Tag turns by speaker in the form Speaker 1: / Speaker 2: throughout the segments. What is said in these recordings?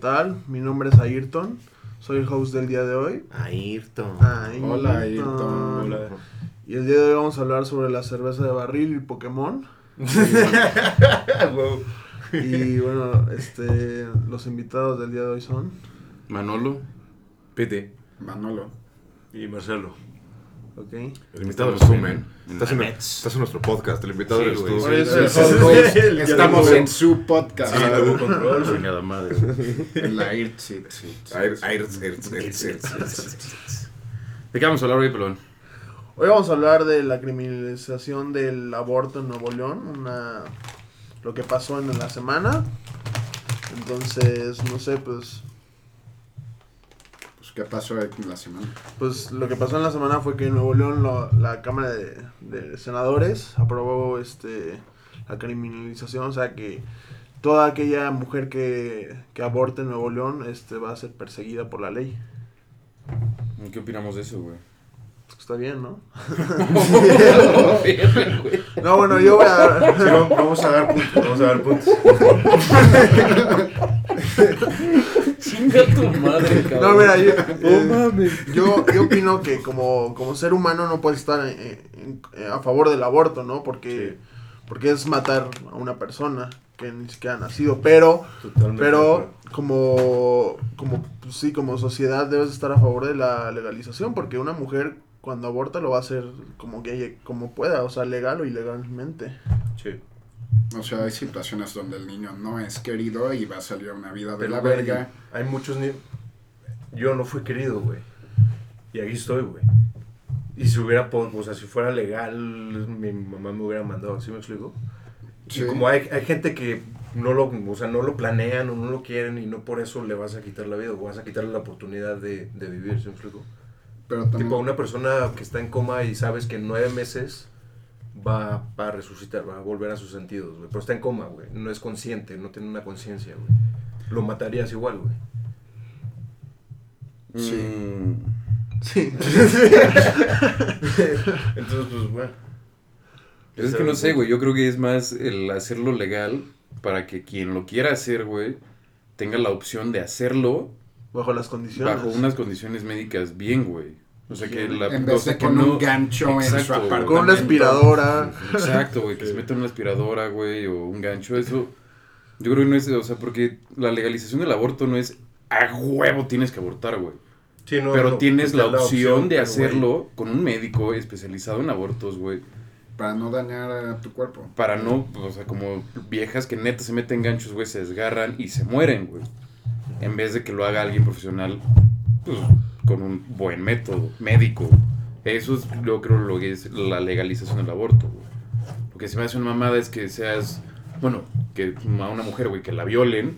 Speaker 1: tal? Mi nombre es Ayrton, soy el host del día de hoy.
Speaker 2: Ayrton.
Speaker 3: Ah.
Speaker 1: Ayrton.
Speaker 4: Hola, Ayrton. Hola.
Speaker 1: Y el día de hoy vamos a hablar sobre la cerveza de barril y Pokémon.
Speaker 4: Wow.
Speaker 1: Y bueno, este, los invitados del día de hoy son.
Speaker 3: Manolo.
Speaker 2: Pete.
Speaker 4: Manolo.
Speaker 3: Y Marcelo.
Speaker 1: Ok.
Speaker 2: El invitado eres tú, man.
Speaker 3: En
Speaker 2: Estás
Speaker 3: la
Speaker 2: en,
Speaker 3: Nets.
Speaker 2: estás en nuestro podcast, el invitado
Speaker 3: Sí,
Speaker 2: eres
Speaker 3: güey.
Speaker 2: tú.
Speaker 3: Por
Speaker 4: Soy
Speaker 1: eso
Speaker 4: el
Speaker 1: es-
Speaker 4: host.
Speaker 1: el-
Speaker 4: Estamos
Speaker 1: el-
Speaker 4: en su podcast.
Speaker 3: Sí, no hubo control, chingada madre.
Speaker 4: en la IRTSIT.
Speaker 2: Air- Ayrton, Ayrton, Ayrton, Ayrton.
Speaker 3: ¿De qué vamos a hablar hoy, pelón?
Speaker 1: Hoy vamos a hablar de la criminalización del aborto en Nuevo León, una lo que pasó en la semana. Entonces, no sé, pues
Speaker 4: Pues, ¿Qué pasó en la semana?
Speaker 1: pues lo que pasó en la semana fue que en Nuevo León lo- la Cámara de, de Senadores aprobó este la criminalización, o sea que toda aquella mujer que, que aborte en Nuevo León este va a ser perseguida por la ley.
Speaker 3: ¿Qué opinamos de eso, güey?
Speaker 1: Pues, Está bien, ¿no? No, bueno, yo voy
Speaker 4: Sí,
Speaker 1: a
Speaker 4: vamos- vamos a dar puntos. Vamos a dar puntos.
Speaker 5: Chinga tu madre, cabrón.
Speaker 1: No, mira, yo, eh,
Speaker 3: mames.
Speaker 1: yo, yo opino que como, como ser humano no puedes estar eh, en- eh, a favor del aborto, ¿no? Porque, porque es matar a una persona que ni siquiera ha nacido. Pero,
Speaker 3: Totalmente.
Speaker 1: pero como, como pues, sí, como sociedad debes estar a favor de la legalización, porque una mujer cuando aborta lo va a hacer como que ella- como pueda, o sea, legal o ilegalmente.
Speaker 3: Sí.
Speaker 4: O sea, hay situaciones donde el niño no es querido y va a salir a una vida de
Speaker 6: Pero,
Speaker 4: la
Speaker 6: güey,
Speaker 4: verga.
Speaker 6: Hay muchos niños. Yo no fui querido, güey. Y aquí estoy, güey. Y si hubiera, po- o sea, si fuera legal, mi mamá me hubiera mandado, ¿sí me explico?
Speaker 4: Sí.
Speaker 6: Y como hay, hay gente que no lo, o sea, no lo planean o no lo quieren y no por eso le vas a quitar la vida o vas a quitarle la oportunidad de, de vivir, ¿sí me explico?
Speaker 4: Pero también,
Speaker 6: Tipo, una persona que está en coma y sabes que en nueve meses va, va a resucitar, va a volver a sus sentidos, güey. Pero está en coma, güey. No es consciente, no tiene una conciencia, güey. Lo matarías igual, güey.
Speaker 3: Mm,
Speaker 2: Sí.
Speaker 1: Sí.
Speaker 6: Entonces, pues, bueno.
Speaker 3: Pero es que no sé, güey. Yo creo que es más el hacerlo legal para que quien lo quiera hacer, güey, tenga la opción de hacerlo
Speaker 1: Bajo las condiciones.
Speaker 3: bajo unas condiciones médicas bien, güey. O sea que la
Speaker 4: en
Speaker 3: o
Speaker 4: vez
Speaker 3: sea
Speaker 4: de
Speaker 3: que
Speaker 4: con
Speaker 3: no-
Speaker 4: un gancho en su
Speaker 3: Exacto, güey.
Speaker 4: apartamento.
Speaker 1: Con una aspiradora.
Speaker 3: Exacto, güey, que se meta una aspiradora, güey, o un gancho, eso. Yo creo que no es, o sea, porque la legalización del aborto no es a huevo tienes que abortar, güey.
Speaker 6: Sí, no,
Speaker 3: pero
Speaker 6: no,
Speaker 3: tienes
Speaker 6: está
Speaker 3: la opción, de
Speaker 6: pero,
Speaker 3: hacerlo con un médico especializado en abortos, güey,
Speaker 4: Para no dañar a tu cuerpo.
Speaker 3: para no, o sea, como viejas que neta se meten ganchos, güey, se desgarran y se mueren, güey. En vez de que lo haga alguien profesional, pues, con un buen método médico. Eso es, yo creo, lo que es la legalización del aborto, güey. Lo que se me hace una mamada es que seas, bueno, que a una mujer, güey, que la violen,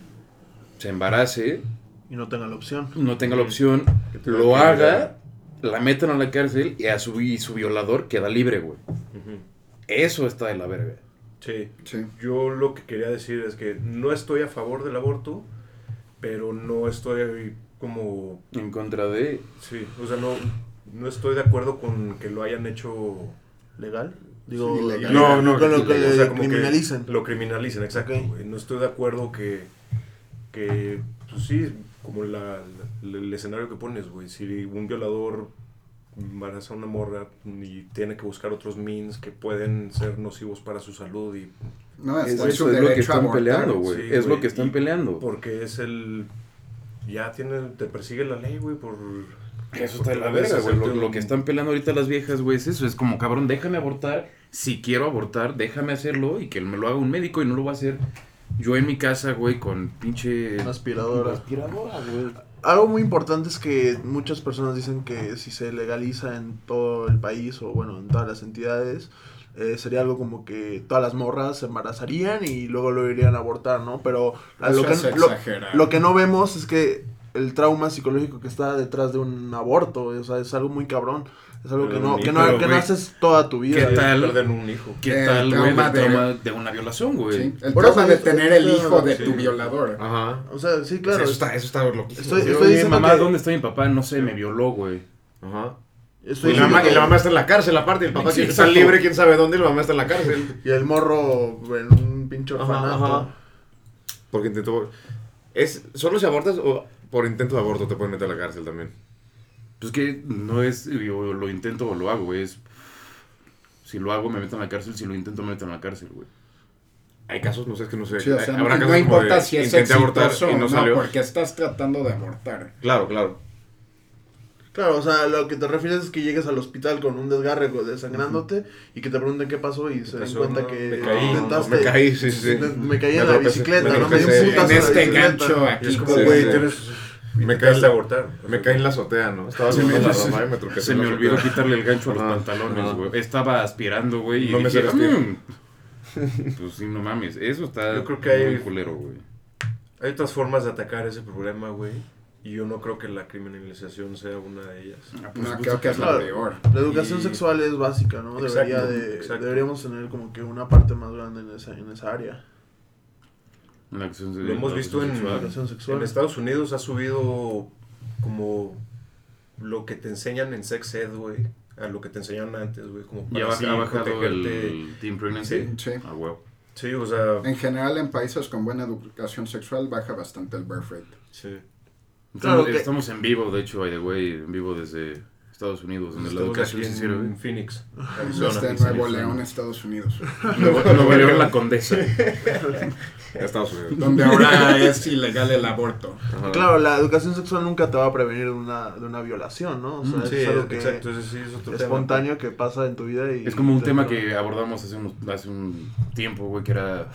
Speaker 3: se embarace,
Speaker 1: Y no tengan la opción.
Speaker 3: no tenga la opción, lo haga, la metan a la cárcel y a su, y su violador queda libre, güey.
Speaker 6: güey. Ujú.
Speaker 3: Eso está de la verga.
Speaker 6: Sí.
Speaker 4: Sí.
Speaker 6: Yo lo que quería decir es que no estoy a favor del aborto, pero no estoy como...
Speaker 3: En contra de...
Speaker 6: Sí, o sea, no, no estoy de acuerdo con que lo hayan hecho...
Speaker 1: ¿Legal? Digo,
Speaker 4: Sí, legal.
Speaker 1: no,
Speaker 4: No,
Speaker 1: no,
Speaker 4: no,
Speaker 1: con lo que
Speaker 6: O sea, como que
Speaker 1: criminalicen.
Speaker 6: Lo criminalicen, exacto.
Speaker 1: Ok.
Speaker 6: güey. No estoy de acuerdo que, que pues sí, como la, la- el escenario que pones, güey. Si un violador embaraza a una morra y tiene que buscar otros means que pueden ser nocivos para su salud y
Speaker 4: No,
Speaker 3: Es,
Speaker 4: está en su
Speaker 3: eso es lo que
Speaker 4: derecho a
Speaker 3: están
Speaker 4: abortar.
Speaker 3: peleando, güey.
Speaker 6: Sí,
Speaker 3: es lo
Speaker 6: güey,
Speaker 3: que están
Speaker 6: y-
Speaker 3: peleando.
Speaker 6: porque es el ya tiene te persigue la ley, güey, por
Speaker 3: Eso
Speaker 6: por
Speaker 3: está de
Speaker 6: querer
Speaker 3: la verga, güey. Lo,
Speaker 6: deshacerte
Speaker 3: lo
Speaker 6: un-
Speaker 3: que están peleando ahorita las viejas, güey, es eso. Es como, cabrón, déjame abortar. Si quiero abortar, déjame hacerlo y que me lo haga un médico y no lo va a hacer yo en mi casa, güey, con pinche...
Speaker 1: Una aspiradora.
Speaker 3: aspiradora, güey.
Speaker 1: Algo muy importante es que muchas personas dicen que si se legaliza en todo el país o bueno, en todas las entidades, eh, sería algo como que todas las morras se embarazarían y luego lo irían a abortar, ¿no? Pero a
Speaker 4: Eso
Speaker 1: lo, que,
Speaker 4: es
Speaker 1: lo-
Speaker 4: exagerar.
Speaker 1: lo que no vemos es que el trauma psicológico que está detrás de un aborto, o sea, es algo muy cabrón. Es algo que no, que no,
Speaker 3: Pero,
Speaker 1: que no
Speaker 3: güey,
Speaker 1: haces toda tu vida.
Speaker 3: ¿qué tal?
Speaker 6: Pierden un hijo.
Speaker 3: ¿Qué
Speaker 4: El
Speaker 3: tal, güey,
Speaker 4: trauma
Speaker 3: el
Speaker 4: de-
Speaker 3: Eh, trauma de una violación, güey?
Speaker 4: Sí, El
Speaker 1: Por eso
Speaker 4: tema de
Speaker 1: estoy-
Speaker 4: tener
Speaker 1: estoy
Speaker 4: el
Speaker 1: de
Speaker 4: hijo de
Speaker 6: acuerdo,
Speaker 4: tu
Speaker 6: sí.
Speaker 4: violador.
Speaker 3: Ajá.
Speaker 1: O sea, sí, claro.
Speaker 2: Eso está, eso está
Speaker 1: Estoy,
Speaker 2: loquísimo. güey.
Speaker 1: estoy
Speaker 3: Pues, Oye,
Speaker 1: diciendo
Speaker 3: mamá,
Speaker 1: que-
Speaker 3: ¿dónde está mi papá? No sé, me violó, güey.
Speaker 2: Ajá.
Speaker 1: estoy
Speaker 2: Y la,
Speaker 1: diciendo
Speaker 2: mamá, y
Speaker 1: que-
Speaker 2: la mamá está en la cárcel, aparte. El papá
Speaker 3: Sí,
Speaker 2: que está
Speaker 3: exacto.
Speaker 2: libre, quién sabe dónde, y la mamá está en la cárcel.
Speaker 1: Y el morro en un pinche
Speaker 2: Ajá,
Speaker 1: orfanato.
Speaker 2: ajá. Porque intentó. Es, ¿Solo si abortas o por intento de aborto te pueden meter a la cárcel también?
Speaker 3: Pues que no es, yo lo intento o lo hago, güey. Es, si lo hago me meto en la cárcel, si lo intento me meto en la cárcel, güey.
Speaker 2: Hay casos, no sé, es que no sé.
Speaker 4: Sí, o sea,
Speaker 2: Habrá
Speaker 4: no,
Speaker 2: casos
Speaker 4: no
Speaker 2: como
Speaker 4: importa
Speaker 2: de
Speaker 4: si es
Speaker 2: intenté abortar
Speaker 4: exitoso
Speaker 2: y
Speaker 4: o
Speaker 2: no
Speaker 4: no,
Speaker 2: salió.
Speaker 4: porque estás tratando de abortar.
Speaker 2: Claro, claro.
Speaker 1: Claro, o sea, lo que te refieres es que llegues al hospital con un desgarre güey, desangrándote y que te pregunten qué pasó y se den
Speaker 6: pasó?
Speaker 1: cuenta
Speaker 6: No,
Speaker 1: que
Speaker 6: me caí,
Speaker 1: intentaste.
Speaker 2: Me caí, sí, sí. sí.
Speaker 1: Me- me caí en
Speaker 2: Me
Speaker 1: la
Speaker 2: tropecé,
Speaker 1: bicicleta, no me di un
Speaker 2: tropecé.
Speaker 1: putazo
Speaker 2: En
Speaker 1: en la
Speaker 2: este
Speaker 1: bicicleta.
Speaker 4: gancho
Speaker 6: Y es
Speaker 4: aquí.
Speaker 6: como,
Speaker 2: Sí,
Speaker 6: güey,
Speaker 2: sí.
Speaker 6: tienes...
Speaker 2: Me
Speaker 6: Me
Speaker 2: caí, en
Speaker 6: caes a
Speaker 2: la,
Speaker 6: abortar.
Speaker 2: me caí en la azotea, ¿no? Estaba
Speaker 4: Sí,
Speaker 2: subiendo
Speaker 4: me-
Speaker 2: la rama y me tropecé.
Speaker 3: Se
Speaker 2: en la
Speaker 3: me olvidó
Speaker 2: azotea.
Speaker 3: quitarle el gancho a los
Speaker 2: Ah,
Speaker 3: pantalones,
Speaker 2: ah.
Speaker 3: güey. Estaba aspirando, güey. Y
Speaker 2: No me sé
Speaker 3: dije,
Speaker 2: respirar.
Speaker 3: "Mm". Pues sí, no mames. Eso está
Speaker 6: Yo creo que hay-
Speaker 3: muy culero, güey.
Speaker 6: Hay otras formas de atacar ese problema, güey. Y yo no creo que la criminalización sea una de ellas.
Speaker 4: no, creo que es la
Speaker 1: claro.
Speaker 4: peor.
Speaker 1: La educación
Speaker 6: Y-
Speaker 1: sexual es básica, ¿no? Debería
Speaker 6: Exacto,
Speaker 1: de,
Speaker 6: exacto.
Speaker 1: Deberíamos tener como que una parte más grande en esa, en esa área.
Speaker 3: Una acción
Speaker 6: Lo hemos visto en-
Speaker 1: La
Speaker 3: pues, sexual.
Speaker 1: educación
Speaker 6: En
Speaker 1: sexual.
Speaker 6: Estados Unidos ha subido como lo que te enseñan en sex ed, güey. A lo que te enseñaban antes, güey. Como
Speaker 3: Ya
Speaker 6: para
Speaker 3: ha-
Speaker 6: así
Speaker 3: ha bajado
Speaker 6: protegerte.
Speaker 3: el Team Pregnancy.
Speaker 4: Sí.
Speaker 3: Ah, huevo.
Speaker 6: Sí, o sea...
Speaker 4: En general, en países con buena educación sexual baja bastante el birth rate.
Speaker 6: Sí.
Speaker 1: Claro
Speaker 3: Estamos,
Speaker 1: que-
Speaker 3: estamos en vivo, de hecho, by the way, en vivo desde Estados Unidos, donde la
Speaker 6: Estamos
Speaker 3: educación
Speaker 6: aquí
Speaker 3: se sirve.
Speaker 6: en Phoenix,
Speaker 4: Este
Speaker 6: Arizona.
Speaker 4: en
Speaker 3: sí,
Speaker 4: Nuevo
Speaker 3: sí.
Speaker 4: León, Estados Unidos.
Speaker 3: Nuevo Nuevo León, la condesa.
Speaker 2: Estados Unidos.
Speaker 4: donde ahora es ilegal el aborto.
Speaker 2: Ajá.
Speaker 1: Y claro, la educación sexual nunca te va a prevenir de una, de una violación, ¿no? O sea,
Speaker 6: Mm, Sí,
Speaker 1: es algo que
Speaker 6: exacto, ese sí es otro tema.
Speaker 1: espontáneo que pasa en tu vida y...
Speaker 3: Es como un
Speaker 1: te-
Speaker 3: tema que abordamos hace, unos- hace un tiempo, güey, que era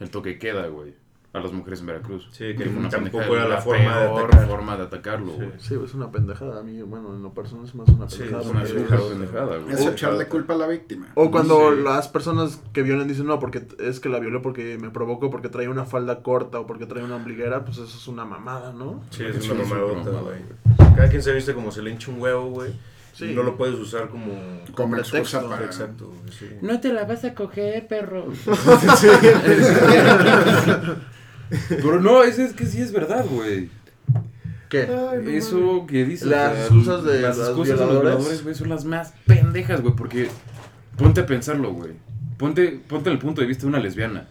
Speaker 3: el toque de queda, güey, a las mujeres en Veracruz.
Speaker 6: Sí, que
Speaker 3: fue una
Speaker 6: tampoco
Speaker 3: pendejada,
Speaker 6: era la forma de
Speaker 3: peor
Speaker 6: atacar.
Speaker 3: forma de atacarlo,
Speaker 6: Sí.
Speaker 3: güey.
Speaker 1: Sí, es una pendejada. A mí, bueno, en lo personal es más una
Speaker 6: Sí,
Speaker 1: pendejada.
Speaker 3: Es una
Speaker 1: porque-
Speaker 3: súper pendejada, güey.
Speaker 4: Es echarle culpa a la víctima.
Speaker 1: Oh, O cuando
Speaker 3: Sí.
Speaker 1: las personas que violan dicen, no, porque t- es que la violó porque me provocó, porque traía una falda corta o porque traía una ombliguera, pues eso es una mamada, ¿no?
Speaker 6: Sí, es
Speaker 3: Sí,
Speaker 6: una
Speaker 3: es una
Speaker 6: mamadota,
Speaker 3: mamada,
Speaker 6: güey. Cada quien se viste como se le hincha un huevo, güey.
Speaker 1: Sí.
Speaker 6: No lo puedes usar como...
Speaker 4: Como
Speaker 1: pretexto,
Speaker 4: excusa para...
Speaker 6: Exacto, güey, sí.
Speaker 5: No te la vas a coger, perro.
Speaker 3: Pero no, es, es que sí es verdad, güey.
Speaker 1: ¿Qué?
Speaker 3: Eso que dices.
Speaker 1: Las
Speaker 3: o sea,
Speaker 1: excusas de
Speaker 3: las
Speaker 1: los
Speaker 3: excusas de los
Speaker 1: violadores.
Speaker 3: violadores, güey, son las más pendejas, güey, porque ponte a pensarlo, güey. Ponte, ponte en el punto de vista de una lesbiana.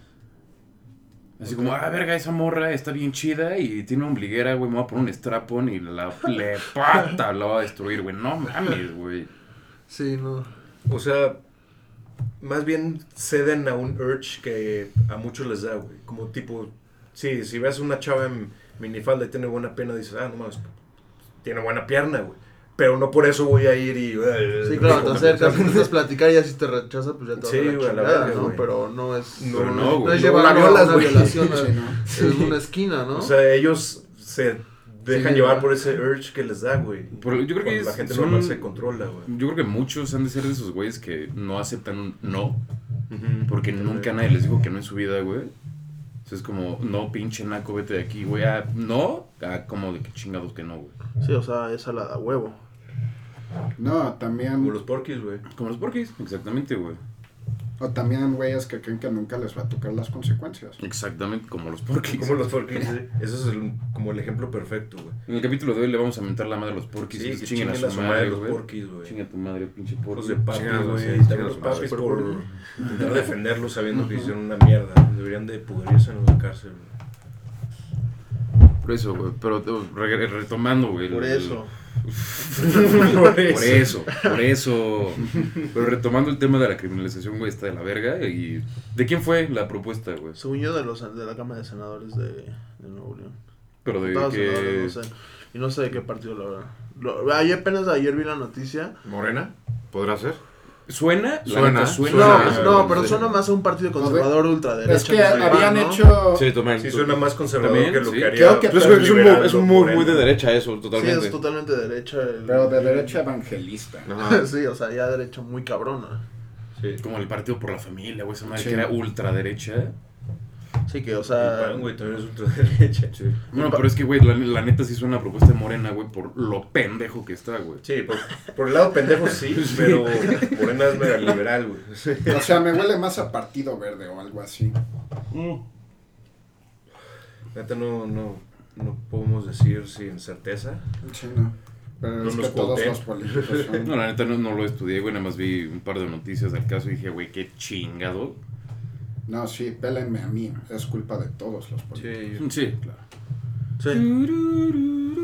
Speaker 3: Así como, ah, verga, esa morra está bien chida y tiene ombliguera, güey, me voy a poner un strapón y la le pata, la va a destruir, güey. No mames, güey.
Speaker 1: Sí, no.
Speaker 6: O sea, más bien ceden a un urge que a muchos les da, güey. Como tipo, sí, si ves una chava en minifalda y tiene buena pierna, dices, ah, no mames, tiene buena pierna, güey. Pero no por eso voy a ir y... Eh,
Speaker 1: Sí, claro, te acercas, intentas platicar y así te rechaza, pues ya te vas
Speaker 6: Sí,
Speaker 1: a la
Speaker 6: güey, a la
Speaker 1: chingada,
Speaker 6: verga,
Speaker 1: ¿no?
Speaker 6: güey.
Speaker 1: Pero no es...
Speaker 6: No,
Speaker 3: Pero
Speaker 6: no,
Speaker 3: no,
Speaker 1: No
Speaker 3: güey.
Speaker 1: es llevar
Speaker 4: la
Speaker 1: a una
Speaker 4: violas, güey.
Speaker 1: violación,
Speaker 4: Sí,
Speaker 1: es-
Speaker 4: ¿no?
Speaker 1: es una esquina, ¿no?
Speaker 6: O sea, ellos se dejan
Speaker 1: Sí,
Speaker 6: llevar
Speaker 1: no.
Speaker 6: por ese urge que les da, güey.
Speaker 3: Pero yo creo que
Speaker 6: Cuando la
Speaker 3: es-
Speaker 6: gente
Speaker 3: son-
Speaker 6: normal se controla, güey.
Speaker 3: Yo creo que muchos han de ser de esos güeyes que no aceptan un no Porque nunca nadie les dijo que no en su vida, güey. Entonces es como, no, pinche naco, vete de aquí, güey. Ah, no, ah, como de que chingados que no, güey.
Speaker 1: Sí, o sea, es a la da huevo.
Speaker 4: No,
Speaker 6: Como
Speaker 4: también...
Speaker 6: los porquis, güey.
Speaker 3: Como los porquis, exactamente, güey.
Speaker 4: O también güeyes que creen que nunca les va a tocar las consecuencias.
Speaker 3: Exactamente, como los porquis.
Speaker 6: Como los porquis, sí. Ese es el- como el ejemplo perfecto, güey.
Speaker 3: En el capítulo de hoy le vamos a mentar la madre a los porquis.
Speaker 6: Sí,
Speaker 3: les
Speaker 6: que
Speaker 3: chinguen a su
Speaker 6: madre
Speaker 3: madre,
Speaker 6: los
Speaker 3: güey.
Speaker 6: porquis, güey.
Speaker 3: Chinga tu madre, pinche
Speaker 6: Los
Speaker 3: porquis.
Speaker 6: de papis,
Speaker 2: Chingados,
Speaker 6: güey.
Speaker 2: sí,
Speaker 6: y también
Speaker 2: chingados,
Speaker 6: los papis
Speaker 2: madre.
Speaker 6: por intentar defenderlos sabiendo que hicieron una mierda. Deberían de pudrirse en la cárcel, güey.
Speaker 3: Por eso, güey. Pero oh, re- retomando, güey.
Speaker 1: Por
Speaker 3: el-
Speaker 1: eso.
Speaker 3: Por eso, por eso. Pero retomando el tema de la criminalización, güey, está de la verga. ¿Y de quién fue la propuesta, güey?
Speaker 1: Según yo, de, los, de la Cámara de Senadores de, de Nuevo León.
Speaker 3: Pero de
Speaker 1: Diputados,
Speaker 3: que...
Speaker 1: senadores, no sé. Y no sé de qué partido, la verdad. Lo- ayer, apenas ayer vi la noticia.
Speaker 2: ¿Morena? ¿Podrá ser?
Speaker 3: ¿Suena? La
Speaker 2: Suena,
Speaker 3: neta,
Speaker 2: suena.
Speaker 1: No, no, pero suena más a un partido conservador ultraderecha.
Speaker 4: Es que
Speaker 1: musulmán,
Speaker 4: habían
Speaker 1: ¿no?
Speaker 4: hecho...
Speaker 2: Sí, también.
Speaker 6: Sí, suena más conservador
Speaker 3: También,
Speaker 6: que lo
Speaker 3: sí.
Speaker 6: que haría.
Speaker 4: Creo que-
Speaker 2: Pues, güey, es un,
Speaker 6: liberal,
Speaker 2: move- es un
Speaker 6: lo
Speaker 2: move muy de
Speaker 6: moreno.
Speaker 2: derecha eso, totalmente.
Speaker 1: Sí, es totalmente derecha. el-
Speaker 4: Pero de derecha evangelista.
Speaker 2: Ajá.
Speaker 1: sí, o sea, ya derecha muy cabrona.
Speaker 6: Sí.
Speaker 3: Como el partido por la familia, güey, esa madre
Speaker 4: Sí.
Speaker 3: que era ultraderecha.
Speaker 1: Sí, que, o
Speaker 6: El
Speaker 2: Ah.
Speaker 1: sea.
Speaker 6: pan, güey, también es ultraderecha. Sí.
Speaker 3: Bueno, pero es que, güey, la, la neta sí suena una propuesta de Morena, güey, por lo pendejo que está, güey.
Speaker 6: Sí, por, por el lado pendejo sí, pero Morena es mega liberal, güey.
Speaker 4: O sea, me huele más a partido verde o algo así.
Speaker 6: Neta, no, no, no podemos decir sin certeza.
Speaker 4: Sí, no. Pero
Speaker 6: No
Speaker 4: es
Speaker 6: nos
Speaker 4: que todos
Speaker 6: cuenten.
Speaker 4: los políticos son...
Speaker 3: No, la neta no, no lo estudié, güey, nada más vi un par de noticias del caso y dije, güey, qué chingado.
Speaker 4: No, sí, pélenme a mí. Es culpa de todos los políticos.
Speaker 3: Sí, claro.
Speaker 1: Eh,
Speaker 6: Sí.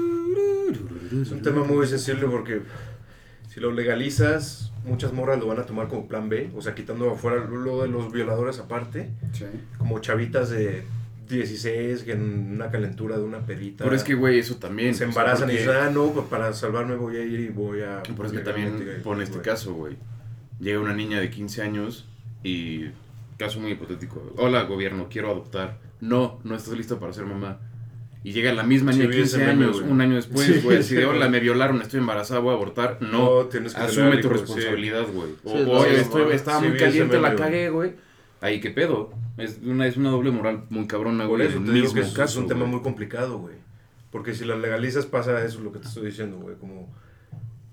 Speaker 6: Es un tema muy sensible porque si lo legalizas, muchas morras lo van a tomar como plan B, o sea, quitando afuera lo de los violadores aparte,
Speaker 4: Sí.
Speaker 6: como chavitas de 16 que en una calentura de una pedita.
Speaker 3: Pero es que, güey, eso también.
Speaker 6: se
Speaker 3: o sea,
Speaker 6: embarazan y
Speaker 3: porque-
Speaker 6: dicen, ah, no, pues para salvarme voy a ir y voy a...
Speaker 3: Por eso que también pone este caso, güey. Llega una niña de 15 años y. Caso muy hipotético. Hola, gobierno, quiero adoptar. No, no estás lista para ser mamá. Y llega la misma niña
Speaker 6: Sí,
Speaker 3: de
Speaker 6: vi ese
Speaker 3: 15
Speaker 6: meme,
Speaker 3: años,
Speaker 6: güey.
Speaker 3: un año después,
Speaker 6: Sí,
Speaker 3: güey. Así de,
Speaker 6: sí,
Speaker 3: hola,
Speaker 6: güey.
Speaker 3: me violaron, estoy embarazada, voy a abortar. No.
Speaker 6: No, tienes que
Speaker 3: Asume
Speaker 6: tener
Speaker 3: tu
Speaker 6: algo, sí.
Speaker 3: responsabilidad, güey.
Speaker 1: Sí,
Speaker 3: O,
Speaker 1: es
Speaker 3: "Oye,
Speaker 1: lógico,
Speaker 3: estoy-
Speaker 1: güey.
Speaker 3: estaba
Speaker 6: Sí,
Speaker 3: muy
Speaker 6: vi ese
Speaker 3: caliente, la
Speaker 6: meme, güey.
Speaker 3: cagué, güey. Ahí, ¿qué pedo? Es una, es una doble moral muy cabrona,
Speaker 6: Por
Speaker 3: güey.
Speaker 6: eso
Speaker 3: del
Speaker 6: te digo que
Speaker 3: mismo
Speaker 6: es, es
Speaker 3: caso,
Speaker 6: un tema
Speaker 3: güey.
Speaker 6: muy complicado, güey. Porque si la legalizas pasa eso lo que te estoy diciendo, güey. Como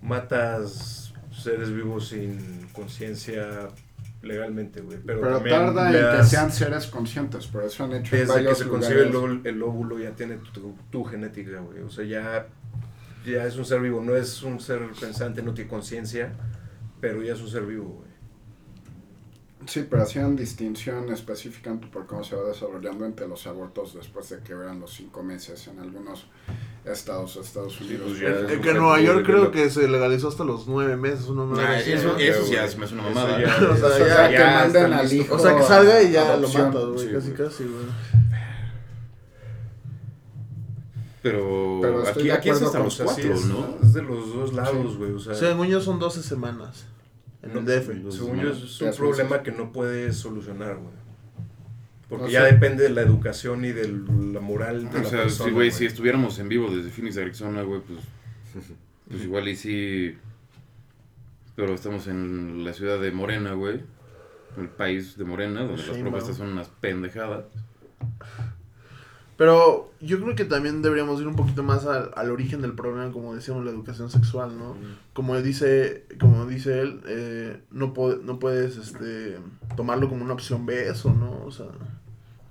Speaker 6: matas seres vivos sin conciencia legalmente, güey. Pero,
Speaker 4: Pero,
Speaker 6: también
Speaker 4: tarda
Speaker 6: le
Speaker 4: en que
Speaker 6: das-
Speaker 4: sean seres conscientes, por eso han hecho en
Speaker 6: Desde que
Speaker 4: varios
Speaker 6: se concibe el,
Speaker 4: lugares.
Speaker 6: óvulo- el óvulo ya tiene tu, tu- tu genética, güey. O sea, ya, ya es un ser vivo. No es un ser pensante, no tiene conciencia, pero ya es un ser vivo, güey.
Speaker 4: Sí, pero hacían distinción específica por cómo se va desarrollando entre los abortos después de que eran los cinco meses en algunos estados de Estados Unidos. Eh,
Speaker 2: pues ya-
Speaker 1: El, el que
Speaker 2: mujer
Speaker 1: en Nueva
Speaker 2: puede
Speaker 1: York creo
Speaker 2: vivirlo.
Speaker 1: que se legalizó hasta los nueve meses, una madre
Speaker 3: Ah,
Speaker 1: así,
Speaker 3: eso,
Speaker 1: ¿no?
Speaker 3: eso sí, ya se me hace una mamada.
Speaker 6: ya-
Speaker 1: O sea,
Speaker 4: o sea,
Speaker 1: ya-
Speaker 4: que
Speaker 6: ya
Speaker 4: manden
Speaker 6: están
Speaker 4: al
Speaker 6: listos.
Speaker 4: hijo.
Speaker 1: O sea, que salga y ya
Speaker 4: adopción.
Speaker 1: lo matas, güey.
Speaker 2: Sí,
Speaker 1: casi,
Speaker 2: güey.
Speaker 1: casi, güey.
Speaker 3: Pero,
Speaker 4: Pero estoy
Speaker 3: aquí,
Speaker 4: de
Speaker 3: aquí es
Speaker 4: acuerdo
Speaker 3: hasta
Speaker 4: con
Speaker 3: los
Speaker 6: O sea, sí,
Speaker 3: cuatro,
Speaker 6: es,
Speaker 3: ¿no?
Speaker 6: es de los dos lados, güey. O sea,
Speaker 1: Según yo son 12 semanas. En
Speaker 6: No,
Speaker 1: el DF.
Speaker 6: Según yo, es un
Speaker 4: Las
Speaker 6: problema que no puedes solucionar, güey. Porque
Speaker 4: No
Speaker 6: ya
Speaker 4: sé.
Speaker 6: depende de la educación y de la moral de
Speaker 3: O
Speaker 6: la
Speaker 3: sea,
Speaker 6: persona.
Speaker 3: sí, güey, si
Speaker 6: güey.
Speaker 3: estuviéramos en vivo desde Phoenix, Arizona, güey, pues, pues igual y sí. Pero estamos en la ciudad de Morena, güey. El país de Morena, donde las
Speaker 1: Sí,
Speaker 3: propuestas
Speaker 1: mao.
Speaker 3: son unas pendejadas.
Speaker 1: Pero yo creo que también deberíamos ir un poquito más al, al origen del problema, como decíamos, la educación sexual, ¿no? Como dice, como dice él, eh, no, po- no puedes este, tomarlo como una opción B eso, ¿no? O sea,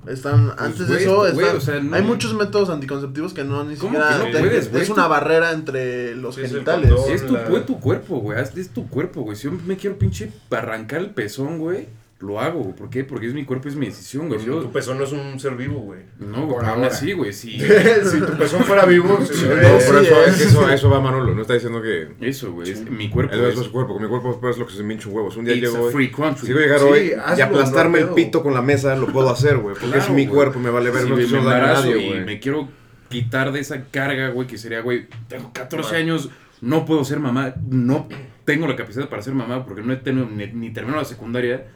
Speaker 1: están, antes
Speaker 3: Pues, güey,
Speaker 1: de eso,
Speaker 3: es- güey,
Speaker 1: están-
Speaker 3: o sea, no-
Speaker 1: hay muchos métodos anticonceptivos que no, ni
Speaker 3: ¿Cómo
Speaker 1: siquiera...
Speaker 3: que no
Speaker 1: te-
Speaker 3: puedes, güey?
Speaker 1: es una barrera entre los
Speaker 6: Sí, es el
Speaker 1: genitales.
Speaker 6: condón.
Speaker 3: es tu,
Speaker 6: la-
Speaker 3: fue tu cuerpo, güey. haz- Es tu cuerpo, güey. Si yo me quiero pinche arrancar el pezón, güey, lo hago. güey. ¿Por qué? Porque es mi cuerpo, es mi decisión, güey.
Speaker 6: Pero
Speaker 3: Yo-
Speaker 6: Pues, tu pezón no es un ser vivo, güey.
Speaker 3: No, güey,
Speaker 4: Por
Speaker 3: pero aún
Speaker 4: ahora.
Speaker 3: así, güey, sí.
Speaker 6: Si tu pezón fuera vivo, sí,
Speaker 4: Sí,
Speaker 6: güey.
Speaker 2: No,
Speaker 1: Sí,
Speaker 2: pero eso,
Speaker 1: es.
Speaker 2: es que eso, eso va Manolo, no está diciendo que...
Speaker 3: Eso, güey, es
Speaker 4: Sí.
Speaker 3: mi cuerpo.
Speaker 2: Eso es
Speaker 3: es-
Speaker 2: su cuerpo, que mi cuerpo es lo que se me hincha un huevo. Si un día
Speaker 3: It's a
Speaker 2: llego hoy...
Speaker 3: free country.
Speaker 2: Si voy a llegar
Speaker 6: Sí,
Speaker 2: hoy y
Speaker 6: hazlo,
Speaker 2: aplastarme
Speaker 6: no hay
Speaker 2: el
Speaker 6: pedo.
Speaker 2: pito con la mesa, lo puedo hacer, güey. Porque es
Speaker 3: Claro,
Speaker 2: mi
Speaker 3: güey.
Speaker 2: cuerpo, me vale ver,
Speaker 3: Si
Speaker 2: no
Speaker 3: me
Speaker 2: quiero daño a
Speaker 3: embarazo
Speaker 2: nadie,
Speaker 3: y
Speaker 2: güey.
Speaker 3: me quiero quitar de esa carga, güey, que sería, güey, tengo 14 años, no puedo ser mamá, no tengo la capacidad para ser mamá porque no he tenido, ni, ni termino la secundaria,